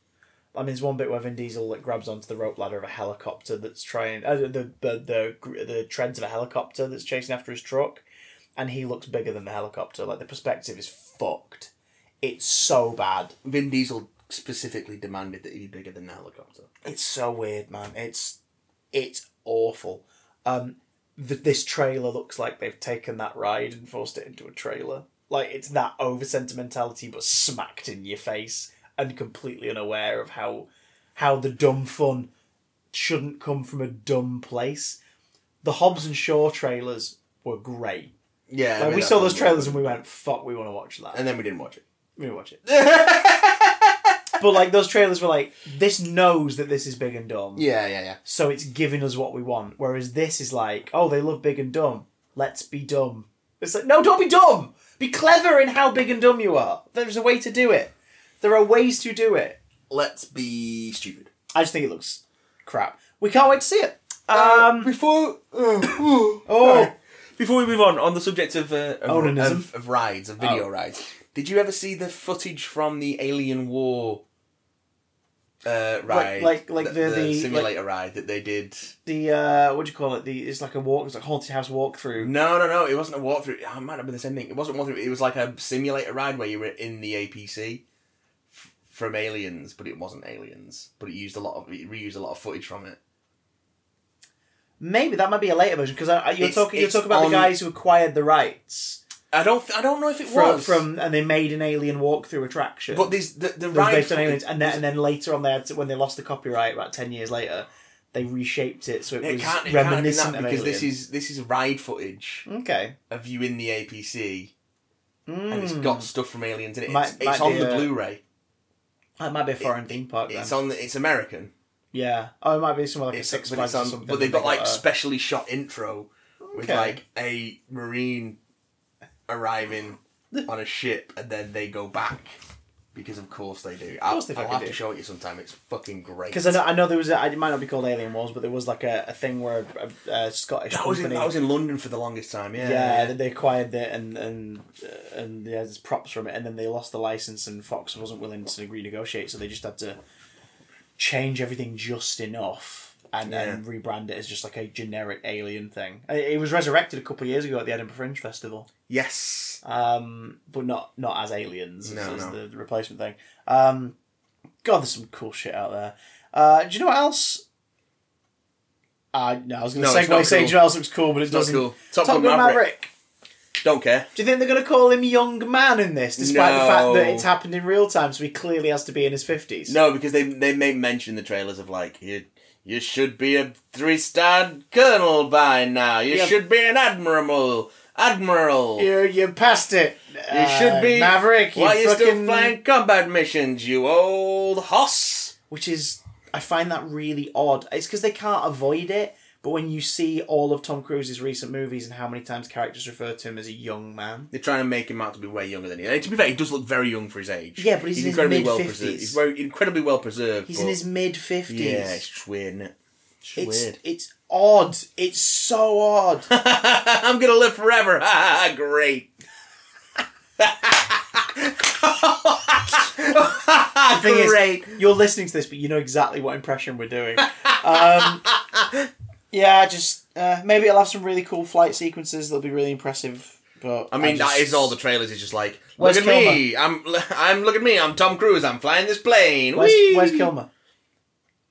I mean, there's one bit where Vin Diesel like, grabs onto the rope ladder of a helicopter that's trying uh, the, the the gr- the treads of a helicopter that's chasing after his truck, and he looks bigger than the helicopter. Like the perspective is fucked. It's so bad. Vin Diesel specifically demanded that he be bigger than the helicopter. It's so weird, man. It's it's awful. Um, th- this trailer looks like they've taken that ride and forced it into a trailer. Like it's that over sentimentality, but smacked in your face and completely unaware of how how the dumb fun shouldn't come from a dumb place. The Hobbs and Shaw trailers were great. Yeah. I Like, mean, we that's saw those what- trailers and we went, "Fuck, we want to watch that." And then we didn't watch it. We watch it. but like those trailers were like, this knows that this is big and dumb, Yeah, yeah, yeah. so it's giving us what we want. Whereas this is like, oh, they love big and dumb. Let's be dumb. It's like, no, don't be dumb. Be clever in how big and dumb you are. There's a way to do it. There are ways to do it. Let's be stupid. I just think it looks crap. We can't wait to see it. Um, Um, before uh, oh, before we move on on the subject of uh, of, Onanism. Oh. of, of rides, of video rides, did you ever see the footage from the Alien War uh, ride, like- like the- the- simulator ride that they did? the uh, what do you call it? The it's like a walk. It's like haunted house walkthrough. No, no, no. It wasn't a walkthrough. Oh, It might have been the same thing. It wasn't a walkthrough. It was like a simulator ride where you were in the APC f- from Aliens, but it wasn't Aliens. But it used a lot of it reused a lot of footage from it. Maybe that might be a later version because you're It's- talking. You're it's talking about on- the guys who acquired the rights. I don't. I don't know if it from, was from and they made an alien walkthrough attraction. But these the the that was ride based on footage- aliens, and then and then later on, they had to, when they lost the copyright about ten years later, they reshaped it so it, It was can't, it can't have been reminiscent that because of this Alien. is this is ride footage okay. of you in the APC, and it's got stuff from Aliens in it. Hmm. Might- it's it's might on be the a- Blu-ray. That might be a foreign theme park. Then. It's on the. It's American. yeah. Oh, it might be somewhere like It's, a six but, it's flags or on, something. but they've got like a- specially shot intro with Okay. like a marine arriving on a ship and then they go back. Because of course they do. Of course they I'll, I'll fucking have do. to show it you sometime. It's fucking great. Because I know, I know there was a, it might not be called Alien Wars, but there was like a, a thing where a, a, a Scottish that was, company in, that was in London for the longest time. Yeah. yeah, that they acquired it and and uh, and yeah, there's props from it, and then they lost the license, and Fox wasn't willing to renegotiate, so they just had to change everything just enough and then rebrand it as just like a generic alien thing. It it was resurrected a couple of years ago at the Edinburgh Fringe Festival, Yes. um, but not not as aliens No, as, as no. the replacement thing. Um, God, there's some cool shit out there. Uh, do you know what else? Uh, no, I was going to No, segue it's not say, do cool. you know what else looks cool, but it not doesn't. cool. Top, Gun Maverick. Don't care. Do you think they're going to call him young man in this, despite the fact that No. it's happened in real time, so he clearly has to be in his 50s? No, because they they may mention in the trailers of like you you should be a three star colonel by now. You Yeah. should be an admiral. Admiral. You, you passed it. uh, You should be Maverick, you Why you fucking- still flying combat missions, you old hoss? Which is, I find that really odd. It's because they can't avoid it, but when you see all of Tom Cruise's recent movies and how many times characters refer to him as a young man. They're trying to make him out to be way younger than he is. To be fair, he does look very young for his age. Yeah, but he's in his well mid-fifties. preserved. He's very incredibly well preserved. He's but in his mid 50s. yeah, it's just weird. Isn't it? It's just it's, weird. it's odd. It's so odd. I'm gonna live forever. Great. The thing is, Great. you're listening to this, but you know exactly what impression we're doing. Um, yeah, just uh, maybe it'll have some really cool flight sequences that'll be really impressive. But I mean, that just- is all the trailers. It's just like, Where's look at me. I'm, I'm, look at me. I'm Tom Cruise. I'm flying this plane. Where's, Whee! where's Kilmer?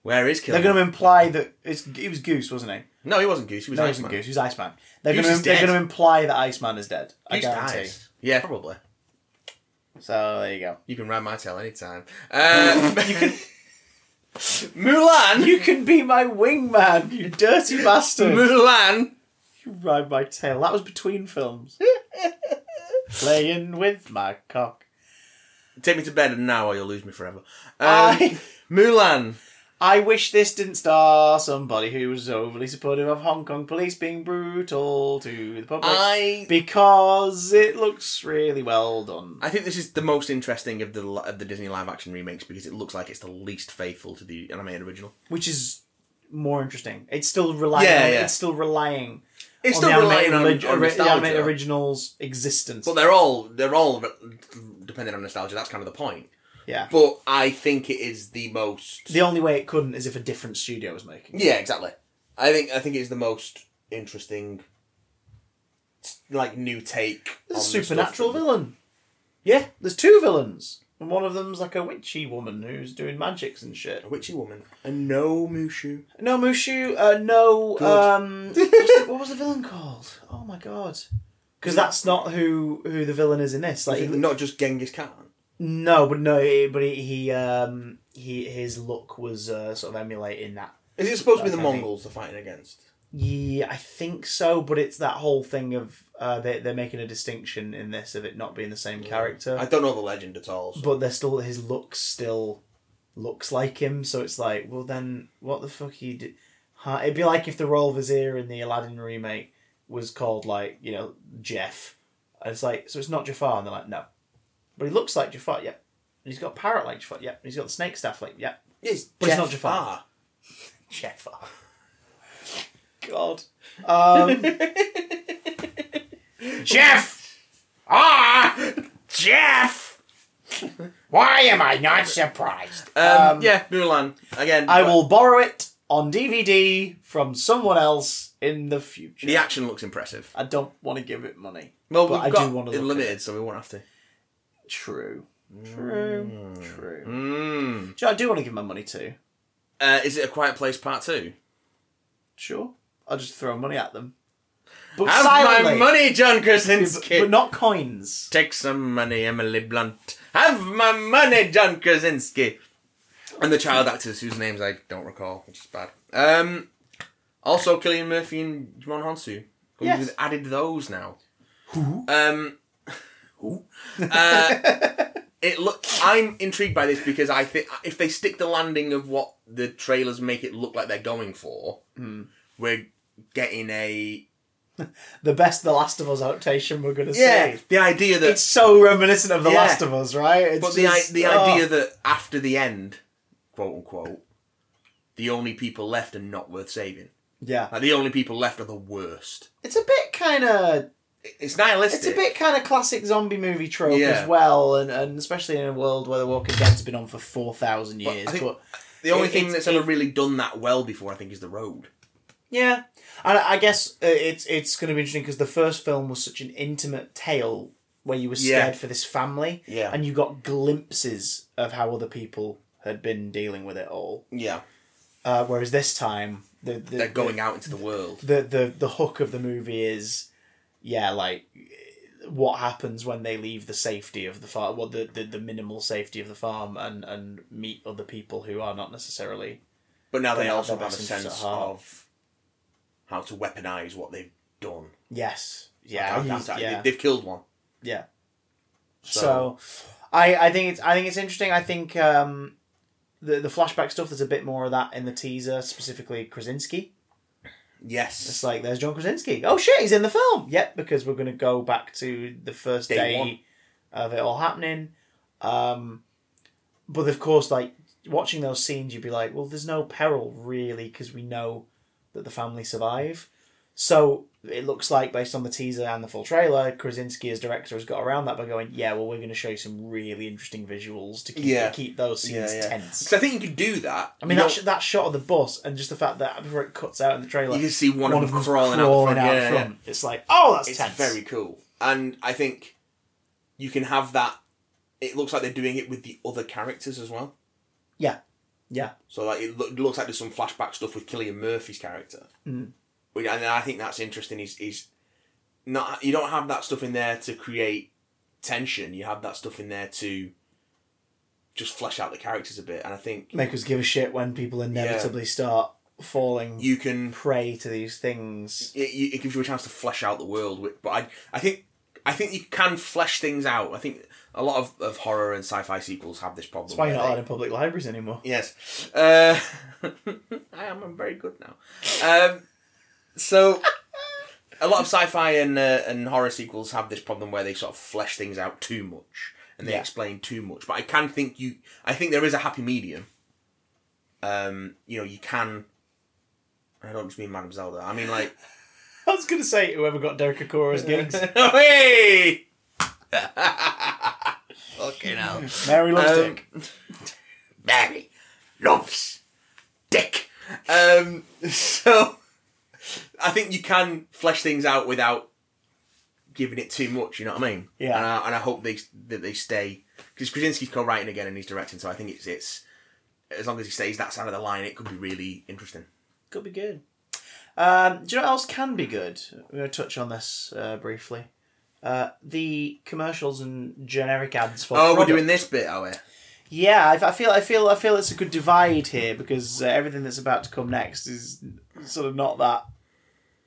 Where is Kilmer? They're going to imply that it's, it was Goose, wasn't he? No, he wasn't Goose. He was No, it wasn't Iceman. Goose. He was Iceman. They're Goose going to is they're dead. going to imply that Iceman is dead. I Goose guarantee. dies. Yeah, probably. So there you go. You can ride my tail anytime. Uh, you can. Mulan. You can be my wingman, you dirty bastard. Mulan. you ride my tail. That was between films. Playing with my cock. Take me to bed and now, or you'll lose me forever. Um, I- Mulan. I wish this didn't star somebody who was overly supportive of Hong Kong police being brutal to the public. I. Because it looks really well done. I think this is the most interesting of the li- of the Disney live action remakes because it looks like it's the least faithful to the animated original. Which is more interesting. It's still relying Yeah, on, yeah. it's still relying It's on still the animated, relying on, orig- on ori- the nostalgia. animated original's existence. But they're all they're all re- dependent on nostalgia. That's kind of the point. yeah. But I think it is the most. the only way it couldn't is if a different studio was making it. yeah, exactly. I think I think it's the most interesting, like new take. There's on the a stuff supernatural that- villain. Yeah, there's two villains. And one of them's like a witchy woman who's doing magics and shit. A witchy woman. And no Mushu. No Mushu. Uh, no. God. Um, what's the- what was the villain called? Oh my god. Because that's not who who the villain is in this. Like he- Not just Genghis Khan. no, but no, he- but he, he um he his look was uh, sort of emulating that. Is it supposed to be the That's nothing. Mongols they're fighting against? Yeah, I think so. But it's that whole thing of uh, they they're making a distinction in this of it not being the same character, I don't know the legend at all. so- but they're still his looks still looks like him. So it's like, well, then what the fuck you do? Huh? It'd be like if the Royal Vizier in the Aladdin remake was called like you know Jeff, and it's like so it's not Jafar, and they're like no, but he looks like Jafar, yeah, and he's got a parrot like Jafar, yeah, and he's got the snake staff like yeah, Yes, but it's Jeff not Jafar. Barr. Jafar. God, um, Jeff, Ah, Jeff. why am I not surprised? Um, yeah, Mulan again. I but will borrow it on DVD from someone else in the future. The action looks impressive. I don't want to give it money. Well, but we've I got do want to it look At limited, so we won't have to. it. True. True. True. Do you Mm. know, I do want to give my money to. Uh, is it a Quiet Place Part Two? Sure. I'll just throw money at them. But Have silently. my money, John But, Krasinski. but not coins. Take some money, Emily Blunt. Have my money, John Krasinski. And the child actors whose names I don't recall, which is bad. Um, also, Killian Murphy and Jimon Honsu. Who Yes. We've added those now. Who? Um, who? Uh, it look. I'm intrigued by this because I think if they stick the landing of what the trailers make it look like they're going for, we're getting a the best The Last of Us adaptation we're going to see. the idea that It's so reminiscent of The Yeah. Last of Us, right? It's But the, i- just- the oh. idea that after the end, quote unquote, the only people left are not worth saving. yeah, Like the only people left are the worst. it's a bit kind of It- It's nihilistic. it's a bit kind of classic zombie movie trope Yeah. as well, and, and especially in a world where The Walking Dead's been on for four thousand But I years. think but the only it- thing it's- that's ever really done that well before, I think, is the road. Yeah, and I I guess uh, it's it's going to be interesting because the first film was such an intimate tale where you were Yeah. scared for this family, Yeah. and you got glimpses of how other people had been dealing with it all. Yeah, Uh, whereas this time, the, the they're going out into the world. the, the the hook of the movie is, yeah, like what happens when they leave the safety of the farm, what the, the the minimal safety of the farm, and and meet other people who are not necessarily But now they They're also not the have a best interests sense at heart. of how to weaponize what they've done. yes, yeah, How- you- how to- yeah. They've killed one. Yeah. So, So- I, I think it's I think it's interesting. I think um, the the flashback stuff. There's a bit more of that in the teaser, specifically Krasinski. It's Yes. like there's John Krasinski. Oh shit, he's in the film. Yep, because we're gonna go back to the first day, Day one. of it all happening. Um, but of course, like watching those scenes, you'd be like, well, there's no peril really, because we know that the family survive. So it looks like, based on the teaser and the full trailer, Krasinski as director has got around that by going, yeah, well, we're going to show you some really interesting visuals to keep, Yeah. keep those Yeah, scenes yeah. tense. 'Cause I think you could do that. I mean, You that, know, sh- that shot of the bus and just the fact that before it cuts out in the trailer, you can see one, one of them them's crawling, out the front. Yeah, yeah. It's like, oh, that's it's tense. very cool and i think you can have that it looks like they're doing it with the other characters as well Yeah. Yeah. so like it loo- looks like there's some flashback stuff with killian murphy's character Mm. Which- and i think that's interesting is is not you don't have that stuff in there to create tension you have that stuff in there to just flesh out the characters a bit and i think Make us give a shit when people inevitably start falling you can prey to these things. it, you- it gives you a chance to flesh out the world. wi- But I, I think, I think you can flesh things out. I think a lot of, of horror and sci-fi sequels have this problem. That's why you're where not they- allowed in public libraries anymore. Yes, uh, I am. I'm very good now. Um, so, a lot of sci-fi and uh, and horror sequels have this problem where they sort of flesh things out too much and they Yeah. explain too much. But I can think you. I think there is a happy medium. Um, you know, you can. I don't just mean Madame Zelda. I mean like. I was going to say, whoever got Derek Akora's gigs. hey! Fucking hell. Mary loves Um, Dick. Mary loves dick. Um, so, I think you can flesh things out without giving it too much, you know what I mean? Yeah. And I, and I hope they that they stay. Because Krasinski's co writing again and he's directing, so I think it's it's. As long as he stays that side of the line, it could be really interesting. Could be good. Um, do you know what else can be good? We're going to touch on this uh, briefly. Uh, the commercials and generic ads for Oh, we're products. doing this bit, are we? Yeah, I, I feel, I feel, I feel it's a good divide here because uh, everything that's about to come next is sort of not that,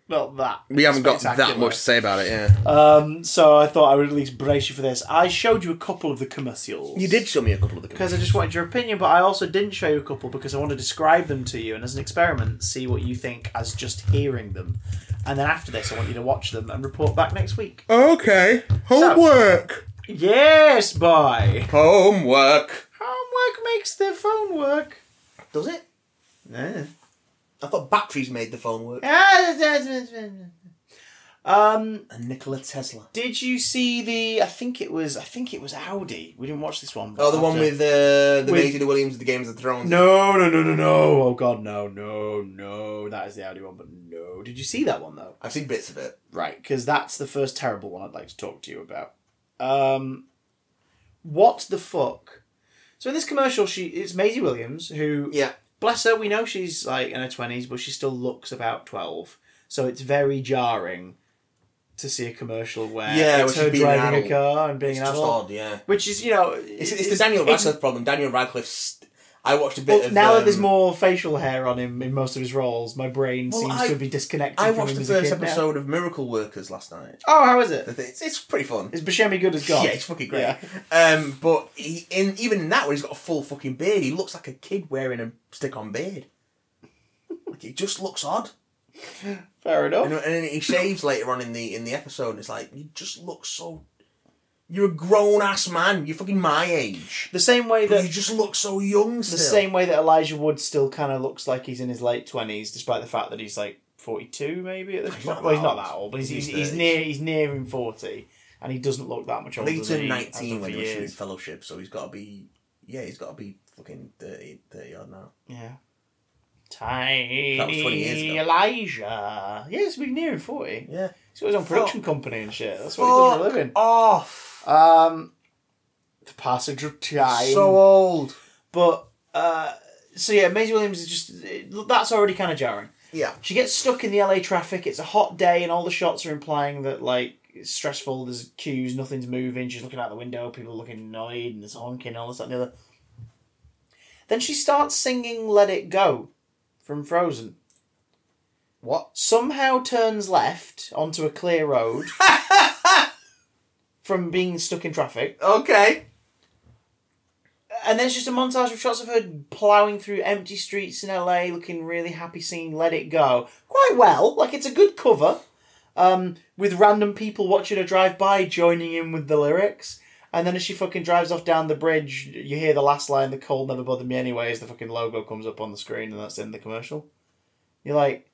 not that. spectacular. say about it, yeah. Um, so I thought I would at least brace you for this. I showed you a couple of the commercials. You did show me a couple of the because I just wanted your opinion, but I also didn't show you a couple because I want to describe them to you and as an experiment, see what you think as just hearing them. And then after this, I want you to watch them and report back next week. Okay. Homework. Yes, boy. Homework. Homework makes the phone work. Does it? Yeah. I thought batteries made the phone work. Um, And Nikola Tesla. did you see the? I think it was. I think it was Audi. We didn't watch this one. but Oh, the one after- with uh, the With- Maisie, the Williams, the Games of Thrones. No, no, no, no, no! Oh God, no, no, no! That is the Audi one, but no. Did you see that one though? I've seen bits of it. Right, because that's the first terrible one I'd like to talk to you about. Um, what the fuck? So in this commercial, she it's Maisie Williams who Yeah. bless her, we know she's like in her twenties, but she still looks about twelve. So it's very jarring to see a commercial where Yeah, it's where she's her being an driving a adult. car and being an adult, yeah. which is you know It's, it's the Daniel Radcliffe problem. Daniel Radcliffe's. I watched a bit well, of. Oh, now that there's um, more facial hair on him in most of his roles, my brain Well, seems I- to be disconnected. I from watched him the as a first kid now. episode of Miracle Workers last night. Oh, how is it? It's, it's pretty fun. Is Buscemi good as God? Yeah, it's fucking great. Yeah. Um, but he, in even in that one, he's got a full fucking beard. He looks like a kid wearing a stick-on beard. Like it just looks odd. Fair You know, enough. and then he shaves later on in the in the episode, and it's like you just look so. You're a grown ass man. You're fucking my age. The same way But you that just look so young the still. same way that Elijah Wood still kind of looks like he's in his late twenties, despite the fact that he's like forty two maybe at this He's point. not Well, that he's not old. that old, but he's He's he's, he's thirties. near he's nearing forty, and he doesn't look that much I older. think he than turned he has 19 done when for he was shooting years. fellowship, so he's got to be. Yeah, he's got to be fucking 30, 30 odd now. Yeah. Tiny That was 20 years ago. Elijah. Yeah, it's been nearing forty. Yeah. He's got his own Fuck. production company and shit. That's what he does for a living. off. Um, the passage of time. So uh, old. but uh, so yeah, Maisie Williams is just that's already kind of jarring. Yeah. She gets stuck in the LA traffic. It's a hot day, and all the shots are implying that like it's stressful. There's queues, nothing's moving. She's looking out the window, people are looking annoyed, and there's honking, all this that and the other. Then she starts singing "Let It Go" from Frozen. What? Somehow turns left onto a clear road from being stuck in traffic. Okay. And then it's just a montage of shots of her ploughing through empty streets in LA, looking really happy, singing "Let It Go" quite well. Like it's a good cover, um, with random people watching her drive by, joining in with the lyrics. And then as she fucking drives off down the bridge, you hear the last line, "The cold never bothered me anyway." As the fucking logo comes up on the screen, and that's in the commercial. You're like,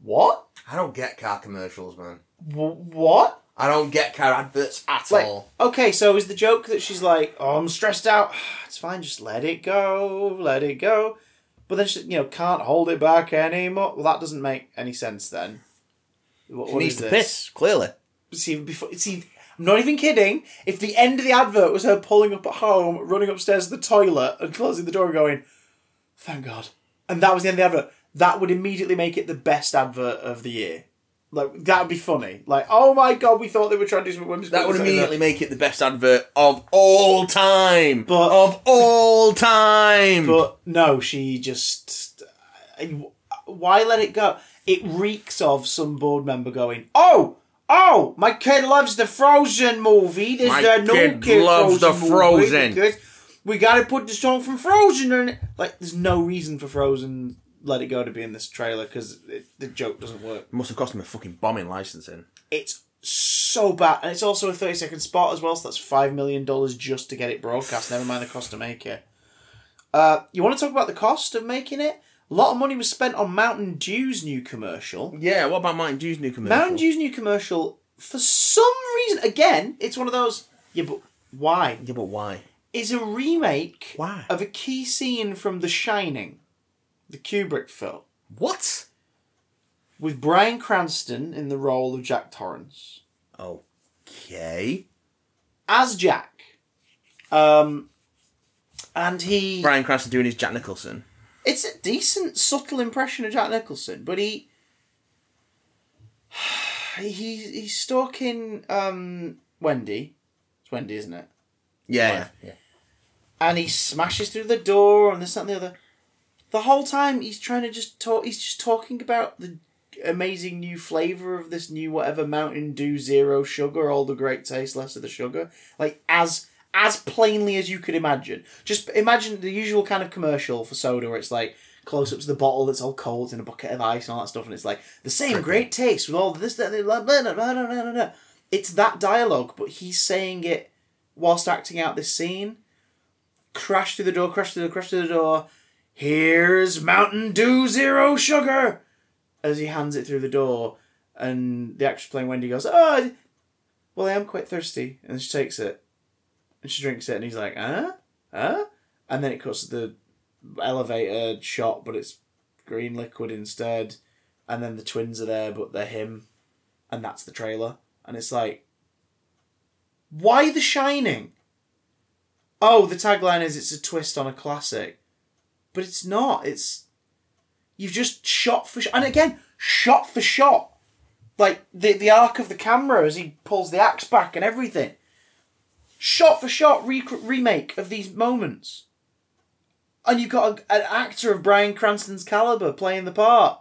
what? I don't get car commercials, man. W- what? I don't get car adverts at Like, all. okay, so is the joke that she's like, "Oh, I'm stressed out. It's fine, just let it go, let it go," but then she, you know, can't hold it back anymore. Well, that doesn't make any sense then. What, She what needs is to this? piss, clearly. See, before, see, I'm not even kidding. If the end of the advert was her pulling up at home, running upstairs to the toilet, and closing the door, and going, "Thank God," and that was the end of the advert, that would immediately make it the best advert of the year. Like that would be funny. Like, oh my god, we thought they were trying to do something women's. That would sports," and immediately make it the best advert of all time. But- of all time. But no, she just. Why let it go? It reeks of some board member going, "Oh, oh, my kid loves the Frozen movie. There's My the new kid kid loves the movie Frozen." because We got to put the song from Frozen in it. Like, there's no reason for Frozen Let It Go to be in this trailer because the joke doesn't work. it must have cost him a fucking bombing licensing. It's so bad, and it's also a 30 second spot as well. So that's five million dollars just to get it broadcast. Never mind the cost to make it. Uh, you want to talk about the cost of making it? A lot of money was spent on Mountain Dew's new commercial. Yeah, what about Mountain Dew's new commercial? Mountain Dew's new commercial, for some reason, again, it's one of those. Yeah, but why? Yeah, but why? Is a remake Why? of a key scene from The Shining, the Kubrick film, What? with Brian Cranston in the role of Jack Torrance. Okay. as Jack. Um, and he. Brian Cranston doing his Jack Nicholson. It's a decent, subtle impression of Jack Nicholson, but he. he he's stalking um, Wendy. It's Wendy, isn't it? Yeah. yeah. And he smashes through the door and this, that, and the other. The whole time he's trying to just talk. He's just talking about the amazing new flavor of this new whatever Mountain Dew Zero Sugar, all the great taste, less of the sugar. Like as as plainly as you could imagine. Just imagine the usual kind of commercial for soda where it's like close up to the bottle that's all cold in a bucket of ice and all that stuff, and it's like the same great taste with all this that that, blah, blah, blah, blah, blah, blah, blah. It's that dialogue, but he's saying it whilst acting out this scene. Crash through the door, crash through the crash through the door. Here's Mountain Dew Zero Sugar as he hands it through the door, and the actress playing Wendy goes, "Oh, well, I am quite thirsty," and she takes it, and she drinks it, and he's like, "Huh, huh," and then it cuts to the elevator shot, but it's green liquid instead, and then the twins are there, but they're him, and that's the trailer, and it's like, why The Shining? Oh, the tagline is it's a twist on a classic, but it's not. It's You've just shot for shot, and again, shot for shot. Like the the arc of the camera as he pulls the axe back and everything. Shot for shot re- remake of these moments. And you've got a, an actor of Brian Cranston's caliber playing the part.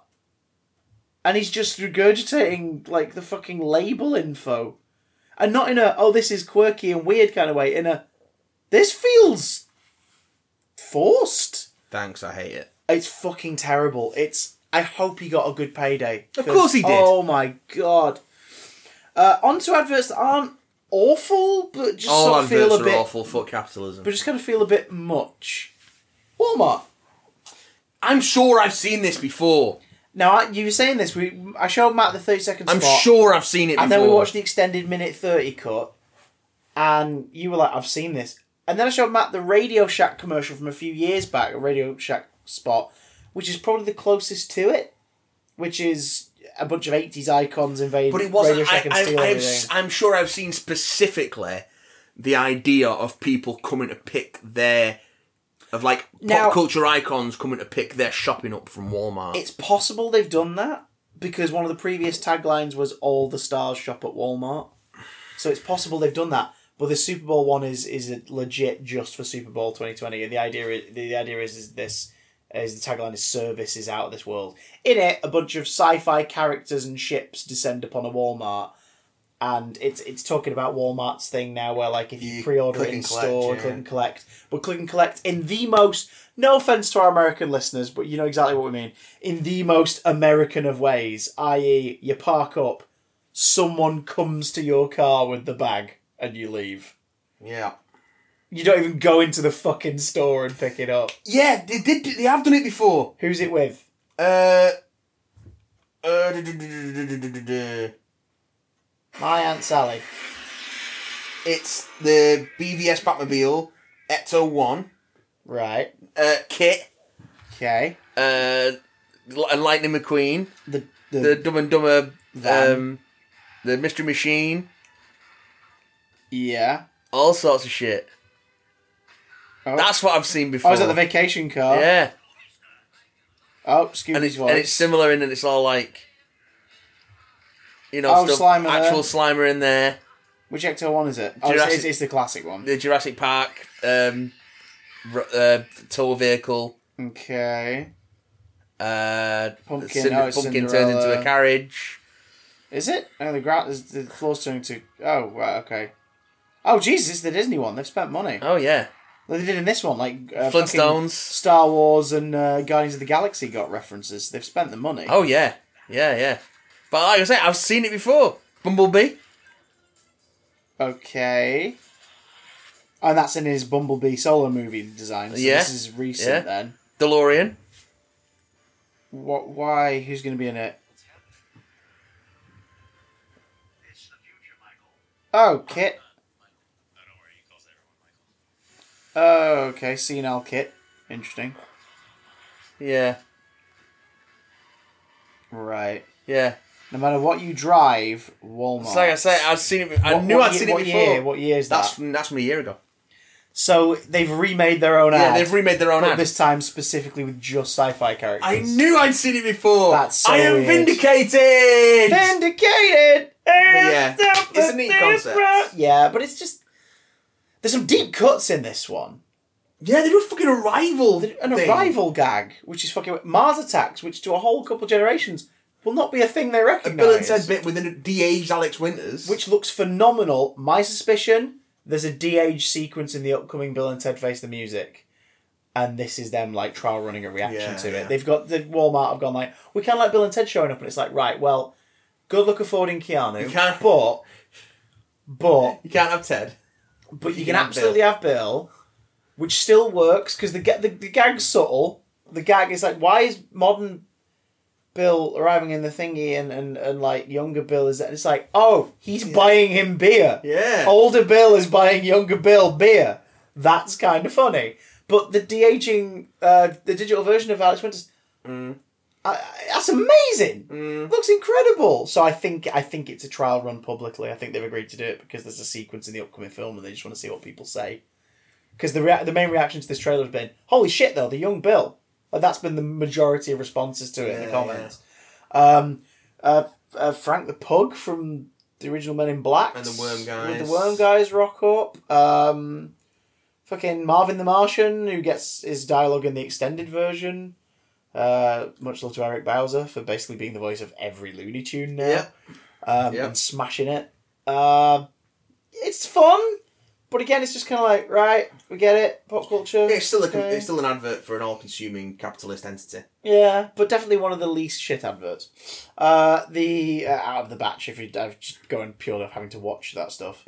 And he's just regurgitating like the fucking label info. And not in a oh this is quirky and weird kind of way, in a this feels forced. Thanks, I hate it. It's fucking terrible. It's I hope he got a good payday. Of 'Cause- course he did. Oh my god. Uh, on to adverts that aren't awful, but just All sort of feel adverts a are bit, awful. Fuck capitalism. but just kind of feel a bit much. Walmart. I'm sure I've seen this before. Now I, you were saying this. We I showed Matt the thirty second I'm spot. sure I've seen it before. And then we watched the extended minute 30 cut, and you were like, I've seen this. And then I showed Matt the Radio Shack commercial from a few years back, a Radio Shack spot, which is probably the closest to it, which is a bunch of 80s icons invading But it Radio wasn't. Shack and I, steal I, I've, everything. s- I'm sure I've seen specifically the idea of people coming to pick their of like Now- pop culture icons coming to pick their shopping up from Walmart. It's possible they've done that because one of the previous taglines was "All the stars shop at Walmart," so it's possible they've done that. But the Super Bowl one is is it legit just for Super Bowl twenty twenty, and the idea is, the idea is, is this is the tagline is "Service is out of this world." In it, a bunch of sci fi characters and ships descend upon a Walmart. And it's it's talking about Walmart's thing now, where like if you, You pre-order click it in and collect, store, yeah. click and collect. But click and collect in the most no offense to our American listeners, but you know exactly what we mean. In the most American of ways, i.e., you park up, someone comes to your car with the bag, and you leave. Yeah. You don't even go into the fucking store and pick it up. Yeah, they did. They have done it before. Who's it with? Uh. Uh, du- du- du- du- du- du- du- du- du. My Aunt Sally. it's the BVS Batmobile, Ecto 1, Right. uh, Kit, Okay. uh, Li- Lightning McQueen, The the the, Dumb and Dumber, Van. um, the Mystery Machine, yeah. all sorts of shit. Oh. That's what I've seen before. Oh, is that the vacation car? yeah, Oh, excuse and it's me. and it's similar in that it's all like, you know, Oh, stuff, Slimer there. actual Slimer in there. Which Ecto one is it? Oh, it's, Jurassic- it's, it's the classic one. the Jurassic Park um, r- uh, tour vehicle. Okay. Uh, Pumpkin, Cinder- oh, it's pumpkin turned Cinderella. into a carriage. Is it? No, the ground is the floor's turning to. Oh right, okay. Oh Jesus, it's the Disney one. They've spent money. Oh yeah, Like they did in this one, like uh, fucking Flintstones. Star Wars, and uh, Guardians of the Galaxy got references. They've spent the money. Oh yeah, yeah yeah. But like I say, I've seen it before. Bumblebee. Okay. And that's in his Bumblebee solo movie design. So Yeah. this is recent Yeah. then. DeLorean. What? Why? Who's going to be in it? Oh, Kit. Oh, okay. Senile Kit. Interesting. Yeah, Right. yeah. No matter what you drive, Walmart. It's like I say, I've seen it. be- I What- knew what I'd ye- seen it what before. Year, what year is that's that? from, that's from a year ago. So they've remade their own Yeah, ad, they've remade their own but ad. this time specifically with just sci-fi characters. I knew I'd seen it before. That's so I am weird. vindicated. Vindicated. yeah, it's a neat concept. Yeah, but it's just there's some deep cuts in this one. yeah, they do a fucking arrival. An thing. arrival gag, which is fucking Mars attacks, which to a whole couple generations will not be a thing they A Bill and recognise. Ted bit within a de-aged Alex Winters. which looks phenomenal. My suspicion: there's a de-age sequence in the upcoming Bill and Ted Face the Music, and this is them like trial running a reaction Yeah, to it. yeah. They've got the Walmart have gone like, we kind of like Bill and Ted showing up, and it's like, right, well, good luck affording Keanu, You can't- but but you can't have Ted. but you, You can, can have absolutely have Bill, which still works because the, ga- the the gag's subtle. The gag is like, why is modern Bill arriving in the thingy and and, and like younger Bill is? It's like, oh, he's buying him beer. Yeah. older Bill is buying younger Bill beer. That's kind of funny. But the de aging, uh, the digital version of Alex Winters. I, I- that's amazing. Looks incredible. So I think I think it's a trial run publicly. I think they've agreed to do it because there's a sequence in the upcoming film, and they just want to see what people say. Because the rea- the main reaction to this trailer has been, "Holy shit!" Though the young Bill, like, that's been the majority of responses to it in Yeah, the comments. Um, uh, uh, Frank the Pug from the original Men in Black And the Worm with Guys. the Worm Guys rock up. Um, fucking Marvin the Martian, who gets his dialogue in the extended version. Uh, much love to Eric Bowser for basically being the voice of every Looney Tune now Yeah. um, Yeah. and smashing it. Um it's fun. But again, it's just kind of like, right, we get it, pop culture. It's still a, okay. it's still an advert for an all-consuming capitalist entity. Yeah, but definitely one of the least shit adverts. Uh, the uh, out of the batch, if you're just going purely off having to watch that stuff.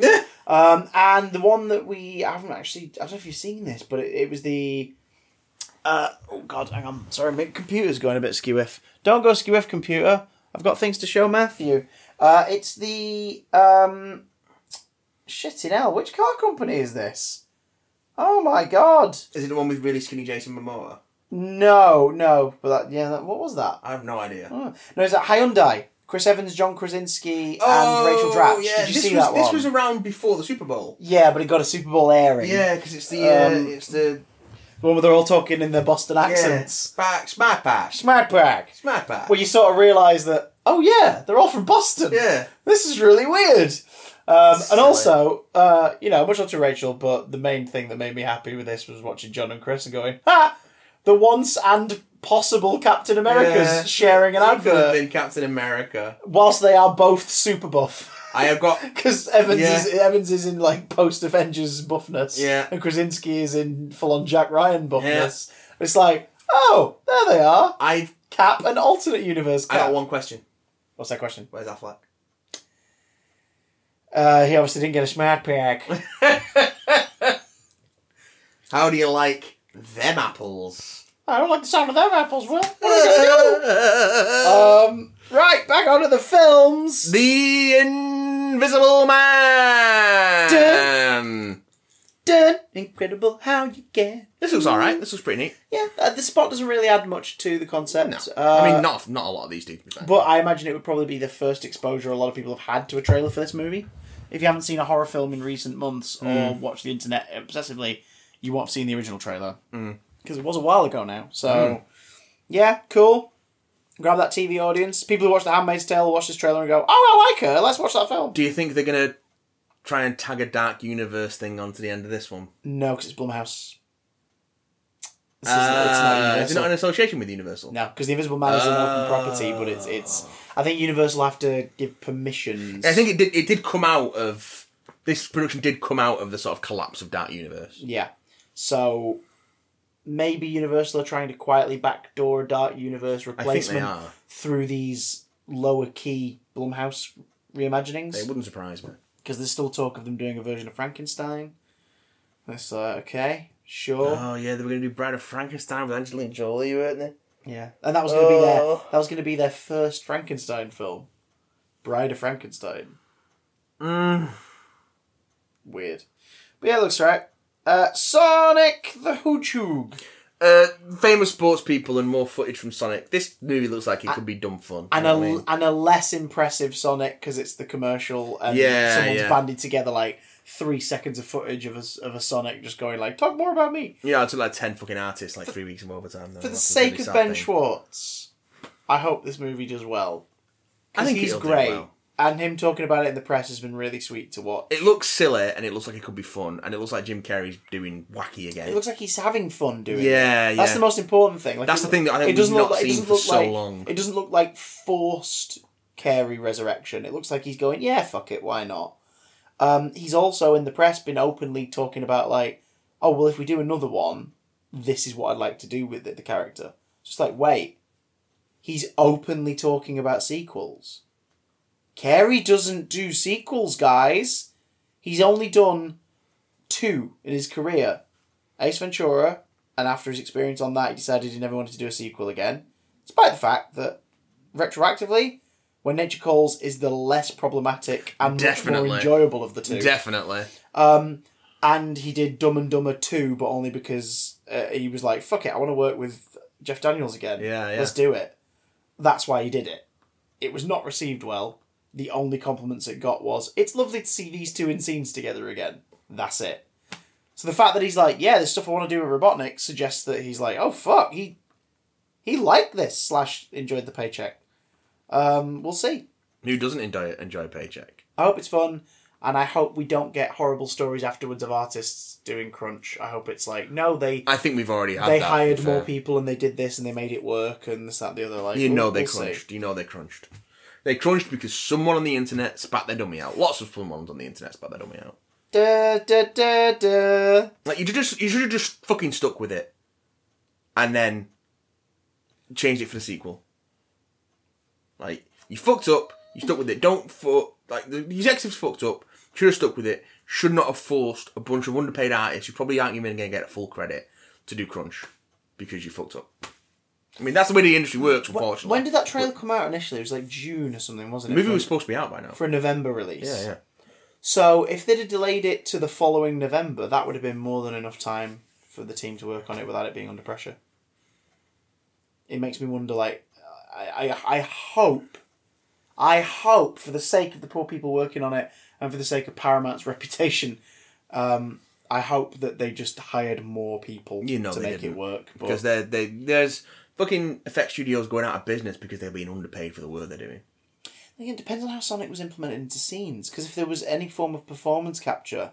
um, and the one that we I haven't actually, I don't know if you've seen this, but it, it was the. Uh, oh God, hang on. Sorry, my computer's going a bit skewiff. Don't go skewiff, computer. I've got things to show Matthew. Uh, it's the um, shit in hell. Which car company is this? Oh my God! Is it the one with really skinny Jason Momoa? No, no. But that, yeah, that, what was that? I have no idea. Oh. No, it's at Hyundai. Chris Evans, John Krasinski, and Rachel Oh, Dratch. yeah, Did you this see was, that This one? was around before the Super Bowl. Yeah, but it got a Super Bowl airing. Yeah, because it's the Um, uh, it's the The one where they're all talking in their Boston yeah, accents. spark, smart patch, Smart brag. smart patch. Where you sort of realise that, oh yeah, they're all from Boston. yeah, This is really weird. Um, and Silly. also, uh, you know, much love to Rachel, but the main thing that made me happy with this was watching John and Chris and going, ha! The once and possible Captain America's Yeah. sharing an He could have advert been Captain America. whilst they are both super buff. I have got Because Evans Yeah. is Evans is in like post Avengers buffness. Yeah. And Krasinski is in full on Jack Ryan buffness. It's like, oh, there they are. I've Cap and alternate universe I cap. got one question. What's that question? Where's Affleck? Uh, he obviously didn't get a smart pack. How do you like them apples? I don't like the sound of them apples, Will. What are you gonna do? Um Right, back onto the films. the Invisible Man. Dun, incredible how you get. This looks all right. This looks pretty neat. Yeah, uh, the spot doesn't really add much to the concept. Uh, I mean, not not a lot of these do. to be fair. But I imagine it would probably be the first exposure a lot of people have had to a trailer for this movie. If you haven't seen a horror film in recent months or Hmm. watched the internet obsessively, you won't have seen the original trailer. Hmm. Because it was a while ago now. So, yeah, cool. Grab that TV audience. People who watch The Handmaid's Tale will watch this trailer and go, oh, I like her. Let's watch that film. Do you think they're gonna try and tag a dark universe thing onto the end of this one? No, because it's Blumhouse. This isn't- it's not Uh, Is it Universal. not in association with Universal? no, because the Invisible Man is an open property, but it's it's. I think Universal have to give permissions. I think it did. It did come out of this production. Did come out of the sort of collapse of Dark Universe. Yeah. So maybe Universal are trying to quietly backdoor Dark Universe I think they replacement are. through these lower key Blumhouse It reimaginings wouldn't surprise me. because there's still talk of them doing a version of Frankenstein. It's like okay, sure, Oh yeah, they were gonna do Bride of Frankenstein with Angelina Jolie, weren't they? yeah, and that was going to be their Oh. that was going to be their first Frankenstein film, Bride of Frankenstein. Mm. Weird, but yeah, it looks right. Uh, Sonic the Hedgehog. Uh, famous sports people and more footage from Sonic. This movie looks like it could be dumb fun. and You a know what I mean? and a less impressive Sonic because it's the commercial and Yeah, someone's yeah. banded together like three seconds of footage of a, s- of a Sonic just going like talk more about me yeah, I took like ten fucking artists like three weeks of overtime. though. for the That's a sake really of sad Ben thing. Schwartz. I hope this movie does well. 'Cause I think he's it'll do great, well. and him talking about it in the press has been really sweet to watch. It looks silly and it looks like it could be fun and it looks like Jim Carrey's doing wacky again. It looks like he's having fun doing it. yeah, yeah. That's the most important thing. Like, That's it- the thing that I think it doesn't we've look not like, it seen doesn't for look so like- long. It doesn't look like forced Carey resurrection. It looks like he's going, yeah, fuck it, why not? Um, he's also in the press been openly talking about like, oh well, if we do another one, this is what I'd like to do with it, the character. Just like wait, he's openly talking about sequels. Carey doesn't do sequels, guys. He's only done two in his career. Ace Ventura, and after his experience on that, he decided he never wanted to do a sequel again, despite the fact that retroactively, When Nature Calls is the less problematic and much Definitely. more enjoyable of the two. Definitely. um, and he did Dumb and Dumber 2, but only because uh, he was like, fuck it, I want to work with Jeff Daniels again. Yeah, yeah. Let's do it. That's why he did it. It was not received well. The only compliments it got was, it's lovely to see these two in scenes together again. That's it. So the fact that he's like, yeah, there's stuff I want to do with Robotnik suggests that he's like, oh fuck, he he liked this slash enjoyed the paycheck. Um, we'll see. Who doesn't enjoy enjoy paycheck? I hope it's fun, and I hope we don't get horrible stories afterwards of artists doing crunch. I hope it's like, no, they I think we've already had. they that, to be hired fair. more people and they did this and they made it work and this that and the other. Like You we'll- know they we'll see. crunched. You know they crunched. They crunched because someone on the internet spat their dummy out. Lots of fun ones on the internet spat their dummy out. Da, da, da, da. Like you just you should have just fucking stuck with it, and then changed it for the sequel. Like you fucked up. You stuck with it. Don't fuck. Like the the executives fucked up. Should have stuck with it. Should not have forced a bunch of underpaid artists who probably aren't even going to get full credit to do crunch because you fucked up. I mean that's the way the industry works. Unfortunately, When did that trailer come out initially? It was like June or something, wasn't the it? movie for, was supposed to be out by now? for a November release. Yeah, yeah. So if they'd have delayed it to the following November, that would have been more than enough time for the team to work on it without it being under pressure. It makes me wonder. Like, I, I, I hope, I hope for the sake of the poor people working on it and for the sake of Paramount's reputation, um, I hope that they just hired more people You know to they make didn't, it work. But Because they they there's fucking effect studios going out of business because they're being underpaid for the work they're doing. I think it depends on how Sonic was implemented into scenes. Because if there was any form of performance capture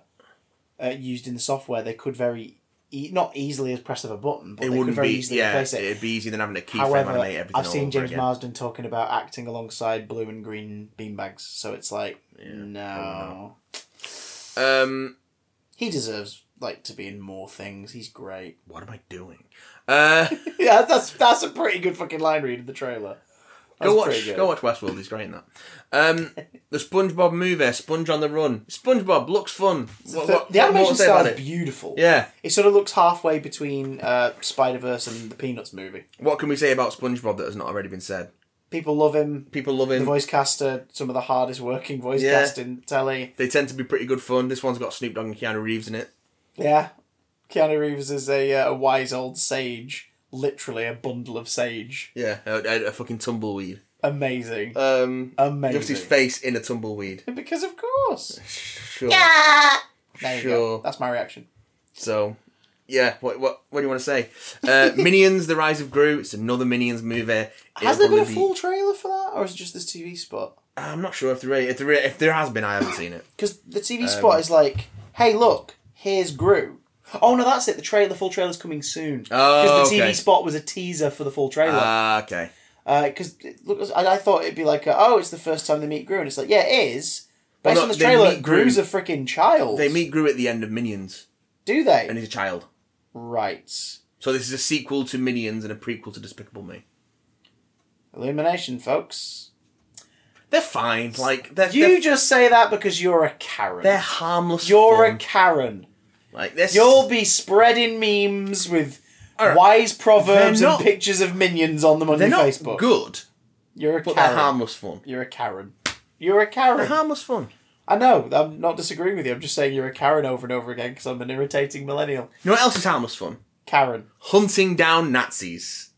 uh, used in the software, they could very e- not easily as press of a button, but it they could wouldn't very be easily yeah replace it. it. would be easier than having to keyframe However, animate everything I've all seen over James again. Marsden talking about acting alongside blue and green beanbags, so it's like no, um he deserves like to be in more things. He's great. what am I doing uh yeah, that's that's a pretty good fucking line read of the trailer. That's go watch pretty good. go watch Westworld he's great in that um the SpongeBob movie Sponge on the Run SpongeBob looks fun what, The, what, the what more animation to say style about is it beautiful. yeah It sort of looks halfway between uh, Spider Verse and the Peanuts movie. what can we say about SpongeBob that has not already been said People love him. people love The him voice caster, some of the hardest working voice Yeah. cast in telly. they tend to be pretty good fun this one's got Snoop Dogg and Keanu Reeves in it Yeah, Keanu Reeves is a, uh, a wise old sage, literally a bundle of sage. yeah a, a- a fucking tumbleweed Amazing, um amazing. just his face in a tumbleweed Because of course. sure There you Sure. go. That's my reaction. So, yeah, what what what do you want to say? Uh, Minions: The Rise of Gru. It's another Minions movie. It'll Has there been a probably be- full trailer for that, or is it just this TV spot? I'm not sure if there if there if there has been. I haven't seen it. Because the TV Um, spot is like, "Hey, look, here's Gru." Oh no, that's it. The trailer, the full trailer's coming soon. Oh, the okay. TV spot was a teaser for the full trailer. Uh, Ah, okay. because look, I, I thought it'd be like, uh, oh, it's the first time they meet Gru, and it's like, yeah, it is. Based Well, on no, the they trailer, meet Gru. Gru's a freaking child. They meet Gru at the end of Minions, do they? and he's a child. right. So this is a sequel to Minions and a prequel to Despicable Me. Illumination, folks. They're fine. Like they're You they're, just say that because you're a Karen. they're harmless. you're a fun. Karen. like this. You'll be spreading memes with All right. wise proverbs They're and not- pictures of minions on them on they're your not Facebook. good, You're a but Karen. they're harmless fun. You're a Karen. You're a They're Karen. harmless fun. I know. I'm not disagreeing with you. I'm just saying you're a Karen over and over again because I'm an irritating millennial. You know what else is harmless fun? Karen. Hunting down Nazis.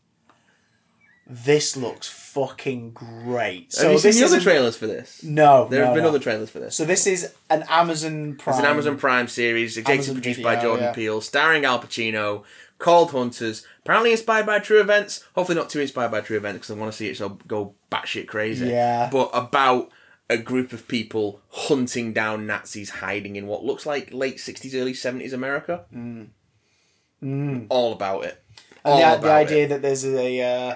this looks fucking great. So Have you this seen the is other trailers for this? No, There no, have been no. other trailers for this. So this is an Amazon Prime. It's an Amazon Prime series, executive Amazon produced Video, by Jordan yeah. Peele, starring Al Pacino, called Hunters, apparently inspired by true events. Hopefully not too inspired by true events because I want to see it so go batshit crazy. Yeah. But about a group of people hunting down Nazis hiding in what looks like late 60s, early 70s America. All about it. All Hmm. And the, about the idea it. that there's a uh,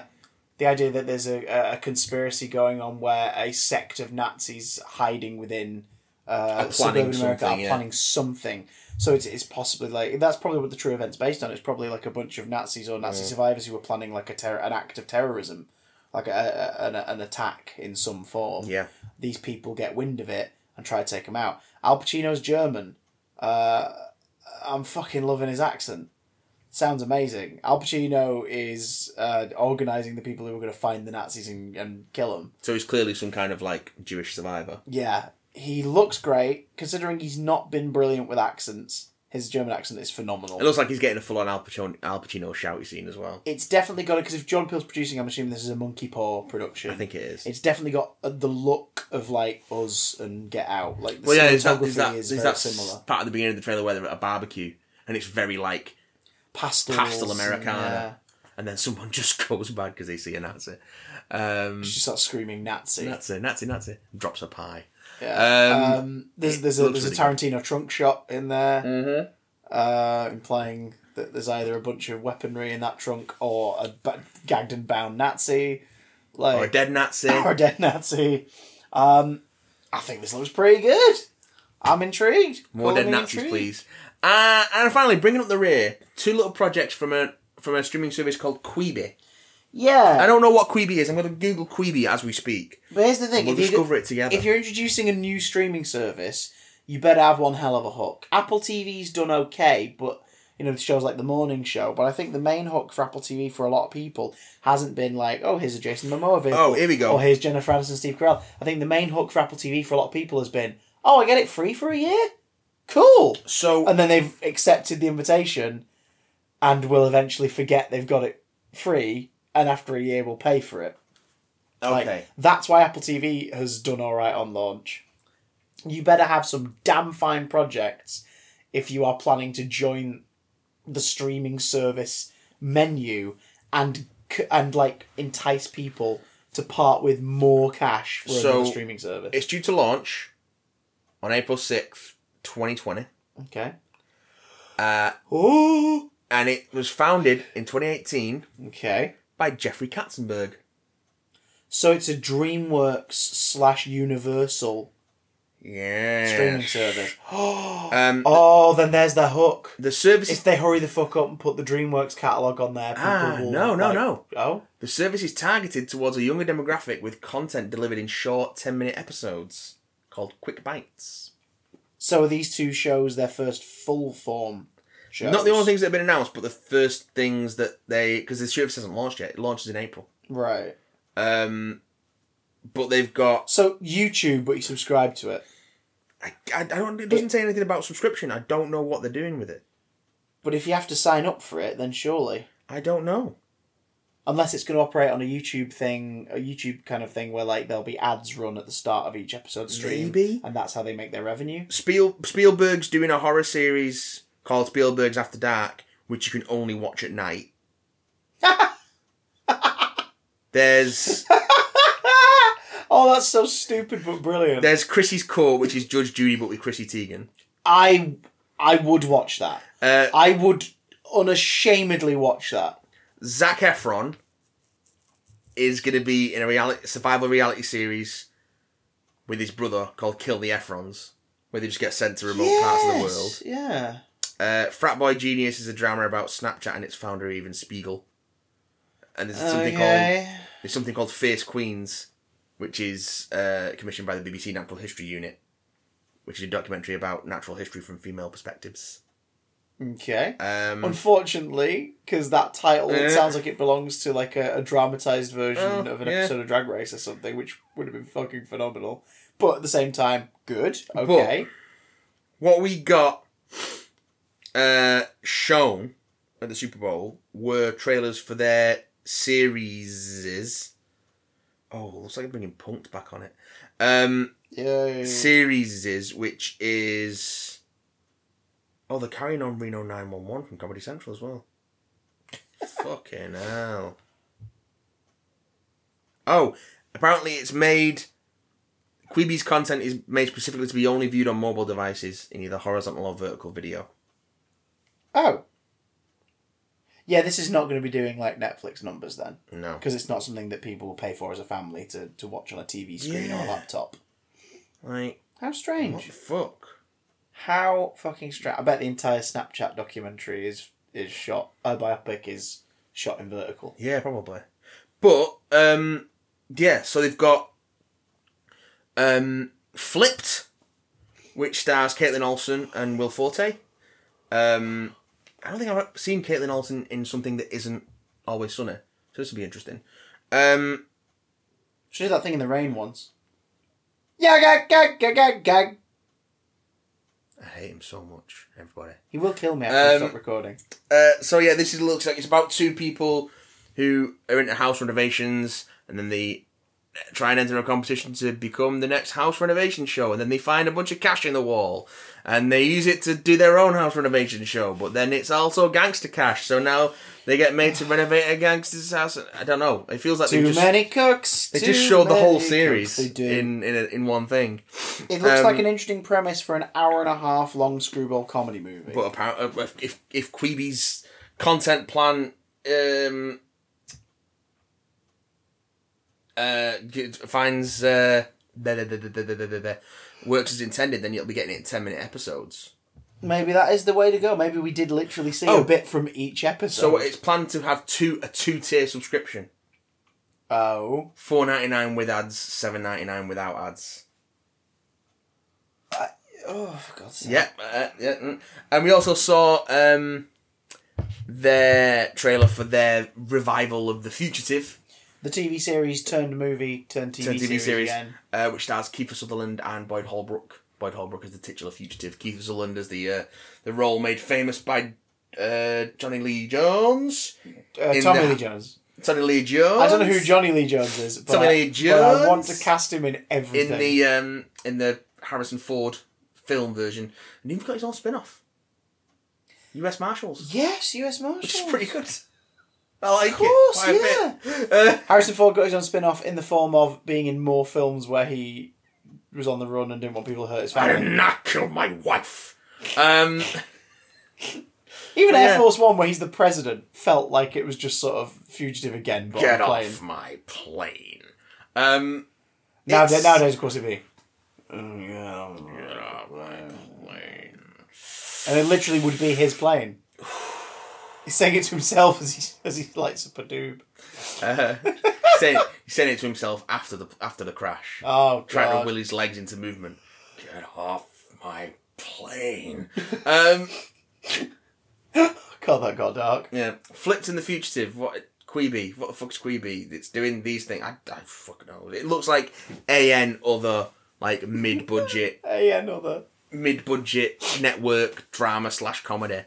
the idea that there's a, a- a conspiracy going on where a sect of Nazis hiding within uh, planning suburban America are something, yeah. planning something. So it's, it's possibly like that's probably what the true event's based on. It's probably like a bunch of Nazis or Nazi survivors who were planning like a terror, an act of terrorism, like a, a, an, an attack in some form. Yeah. these people get wind of it and try to take him out. Al Pacino's German. Uh, I'm fucking loving his accent. Sounds amazing. Al Pacino is uh, organizing the people who are going to find the Nazis and, and kill them. So he's clearly some kind of like Jewish survivor. Yeah, he looks great considering he's not been brilliant with accents. His German accent is phenomenal. It looks like he's getting a full on Al Pacino, Al Pacino shouty scene as well. it's definitely got it because if John Peel's producing, I'm assuming this is a Monkey Paw production. I think it is. It's definitely got uh, the look of like Us and Get Out. Like the Well, yeah, cinematography is that, is that, is is very that similar. part of the beginning of the trailer where they're at a barbecue and it's very like, Pastel, Pastel Americana. and then someone just goes bad because they see a Nazi. Um, She starts screaming Nazi. Nazi, Nazi, Nazi. Drops a pie. Yeah. Um, Um, there's there's a looks there's a really Tarantino trunk shot in there, Mm-hmm. uh, implying that there's either a bunch of weaponry in that trunk or a ba- gagged and bound Nazi, like Or a dead Nazi. or a dead Nazi. Um, I think this looks pretty good. I'm intrigued. More Call dead me Nazis, intrigued. please. Uh, and finally, bringing up the rear, two little projects from a from a streaming service called Quibi. I Yeah. don't know what Quibi is. I'm going to Google Quibi as we speak. But here's the thing: We'll if, you discover it together. if you're introducing a new streaming service, you better have one hell of a hook. Apple TV's done okay, but you know with shows like The Morning Show. But I think the main hook for Apple TV for a lot of people hasn't been like, oh, here's a Jason Momoa video. Oh, here we go. Or here's Jennifer Aniston, Steve Carell. I think the main hook for Apple TV for a lot of people has been, oh, I get it free for a year. Cool. So and then they've accepted the invitation and will eventually forget they've got it free and after a year will pay for it Like, okay, that's why apple tv has done all right on launch you better have some damn fine projects if you are planning to join the streaming service menu and c- and like entice people to part with more cash for So- another streaming service it's due to launch on April sixth, 2020, okay uh, oh and it was founded in 2018 okay by Jeffrey Katzenberg. so it's a dreamworks slash universal Yeah. streaming service. Um, Oh, then there's the hook. the service If they hurry the fuck up and put the DreamWorks catalog on there, people Ah, will. no, no, like- no. Oh, The service is targeted towards a younger demographic with content delivered in short 10 minute episodes called Quick Bites. so are these two shows their first full form shows? Not the only things that have been announced, but the first things that they. Because the service hasn't launched yet, it launches in April. right? Um, but they've got. So YouTube, but you subscribe to it. I, I, I don't. It doesn't say anything about subscription. I don't know what they're doing with it. But if you have to sign up for it, then surely, I don't know. unless it's going to operate on a YouTube thing, a YouTube kind of thing where like there'll be ads run at the start of each episode stream, Maybe. and that's how they make their revenue. Spiel, Spielberg's doing a horror series called Spielberg's After Dark, which you can only watch at night. There's. Oh, that's so stupid but brilliant. There's Chrissy's Court, which is Judge Judy, but with Chrissy Teigen. I I would watch that. Uh, I would unashamedly watch that. Zach Efron is going to be in a reality survival reality series with his brother called Kill the Efrons, where they just get sent to remote parts of the world. Yeah. Uh, Frat Boy Genius is a drama about Snapchat and its founder, Even Spiegel. And Oh, there's something called Okay. there's something called Face Queens, which is uh, commissioned by the BBC Natural History Unit, which is a documentary about natural history from female perspectives. Okay. Um, Unfortunately, because that title it Yeah. sounds like it belongs to like a, a dramatized version Oh, of an yeah. episode of Drag Race or something, which would have been fucking phenomenal. But at the same time, good. Okay. what we got uh, shown at the Super Bowl were trailers for their series. Oh, looks like I'm bringing punked back on it. Um, Yay. series, which is oh, they're carrying on Reno Nine One One from Comedy Central as well. Fucking hell! Oh, apparently it's made. Quibi's content is made specifically to be only viewed on mobile devices in either horizontal or vertical video. Oh. Yeah, this is not going to be doing like Netflix numbers then, No. because it's not something that people will pay for as a family to, to watch on a TV screen or a Yeah. laptop. Like, How what strange. the fuck? How fucking strange. I bet the entire Snapchat documentary is is shot. Uh, biopic is shot in vertical. Yeah, probably. But, um, yeah, so they've got um, Flipped, which stars Caitlin Olsen and Will Forte. Um, I don't think I've seen Caitlin Olsen in something that isn't always sunny, so this will be interesting. Um, She did that thing in the rain once. Yeah, gag, gag, gag, gag, gag. I hate him so much, everybody. He will kill me after I Um, stop recording. Uh, so yeah, this is looks like it's about two people who are into house renovations, and then they try and enter a competition to become the next house renovation show, and then they find a bunch of cash in the wall, and they use it to do their own house renovation show. But then it's also gangster cash, so now they get made to renovate a gangster's house. I don't know. It feels like they Too just many cooks. they too just showed the many whole cooks. series They do. in in, a, in one thing. it looks um, like an interesting premise for an hour and a half long screwball comedy movie. But apparently, if if, if Queeby's content plan um, uh, g- finds uh, da- da- da- da- da- da- da- da- works as intended, then you'll be getting it in ten minute episodes. Maybe that is the way to go. Maybe we did literally see Oh. a bit from each episode. So it's planned to have two a two tier subscription. oh, Four ninety nine with ads, seven ninety nine without ads. oh, for God's sake! Yep, uh, yeah, mm. and we also saw um, their trailer for their revival of the Fugitive The TV series turned movie turned TV, TV, series, series, again. uh, which stars Kiefer Sutherland and Boyd Holbrook. Boyd Holbrook is the titular fugitive. Kiefer Sutherland is the uh, the role made famous by uh, Johnny Lee Jones. Uh, In Tommy the- Lee Jones. Johnny Lee Jones. I don't know who Johnny Lee Jones is, but, Tommy I, Lee but I want Jones? to cast him in everything. in the um, in the Harrison Ford film version, and he's got his own spin off. U.S. Marshals, yes, U.S. Marshal. which is pretty good. I like Of course, it. quite a bit. Uh, Harrison Ford got his own spin off in the form of being in more films where he was on the run and didn't want people to hurt his I family. did not kill my wife. Um, Even Air Yeah. Force One, where he's the president, felt like it was just sort of fugitive again, but get on a plane. off my plane. Um, Nowadays, It's- nowadays, of course, it'd be. get off my plane. And it literally would be his plane. He's saying it to himself as he, as he lights up a doob. Uh, saying, he's saying it to himself after the after the crash, Oh, trying God. to will his legs into movement. Get off my plane. um, God, that got dark. yeah, flipped in the fugitive. What Queeby? What the fuck's Queeby? It's doing these things. I, I fucking know. It looks like an other like mid budget Hey, another. mid budget network drama slash comedy.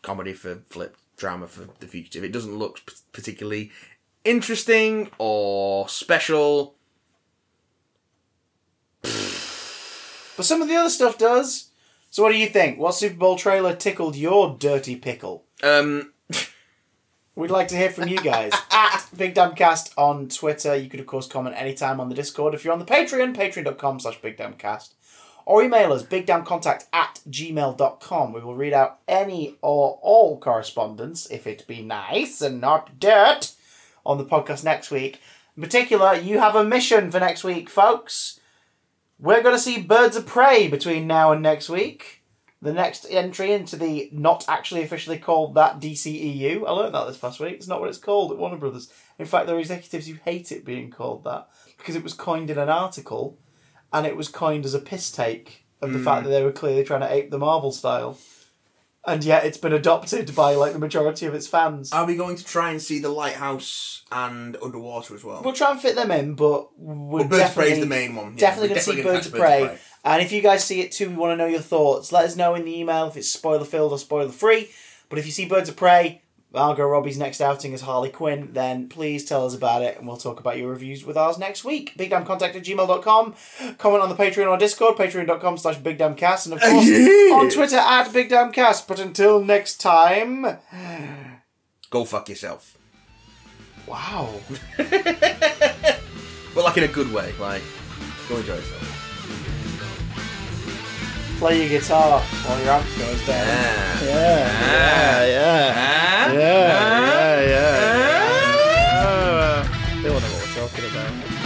Comedy for Flip, drama for The Fugitive. It doesn't look p- particularly interesting or special. But some of the other stuff does. So, what do you think? What Super Bowl trailer tickled your dirty pickle? Um, We'd like to hear from you guys at Big Damn Cast on Twitter. You could, of course, comment anytime on the Discord. If you're on the Patreon, patreon.com slash Big Damn Cast. Or email us, bigdamncontact at gmail.com. We will read out any or all correspondence, if it be nice and not dirt, on the podcast next week. In particular, you have a mission for next week, folks. We're going to see Birds of Prey between now and next week the next entry into the not actually officially called that DCEU. I learned that this past week. It's not what it's called at Warner Brothers. In fact, there are executives who hate it being called that because it was coined in an article and it was coined as a piss take of the fact that they were clearly trying to ape the Marvel style. And yet it's been adopted by like the majority of its fans. are we going to try and see the lighthouse and underwater as well? We'll try and fit them in, but we're Birds of Prey definitely, is the main one. Yeah, definitely we're going to see definitely gonna Birds of catch Birds Prey. of Prey. And if you guys see it too, we want to know your thoughts. Let us know in the email if it's spoiler filled or spoiler free. But if you see Birds of Prey, Margot Robbie's next outing as Harley Quinn, then please tell us about it and we'll talk about your reviews with ours next week. BigDamnContact at gmail.com. Comment on the Patreon or Discord, patreon.com slash BigDamnCast. And of course, Yeah. on Twitter at BigDamnCast. But until next time, Go fuck yourself. wow. But like in a good way. Like, go enjoy yourself. Play your guitar while your amp goes down. Ah. Yeah, yeah, Ah. yeah, yeah, yeah. Ah. They don't know what we're talking about.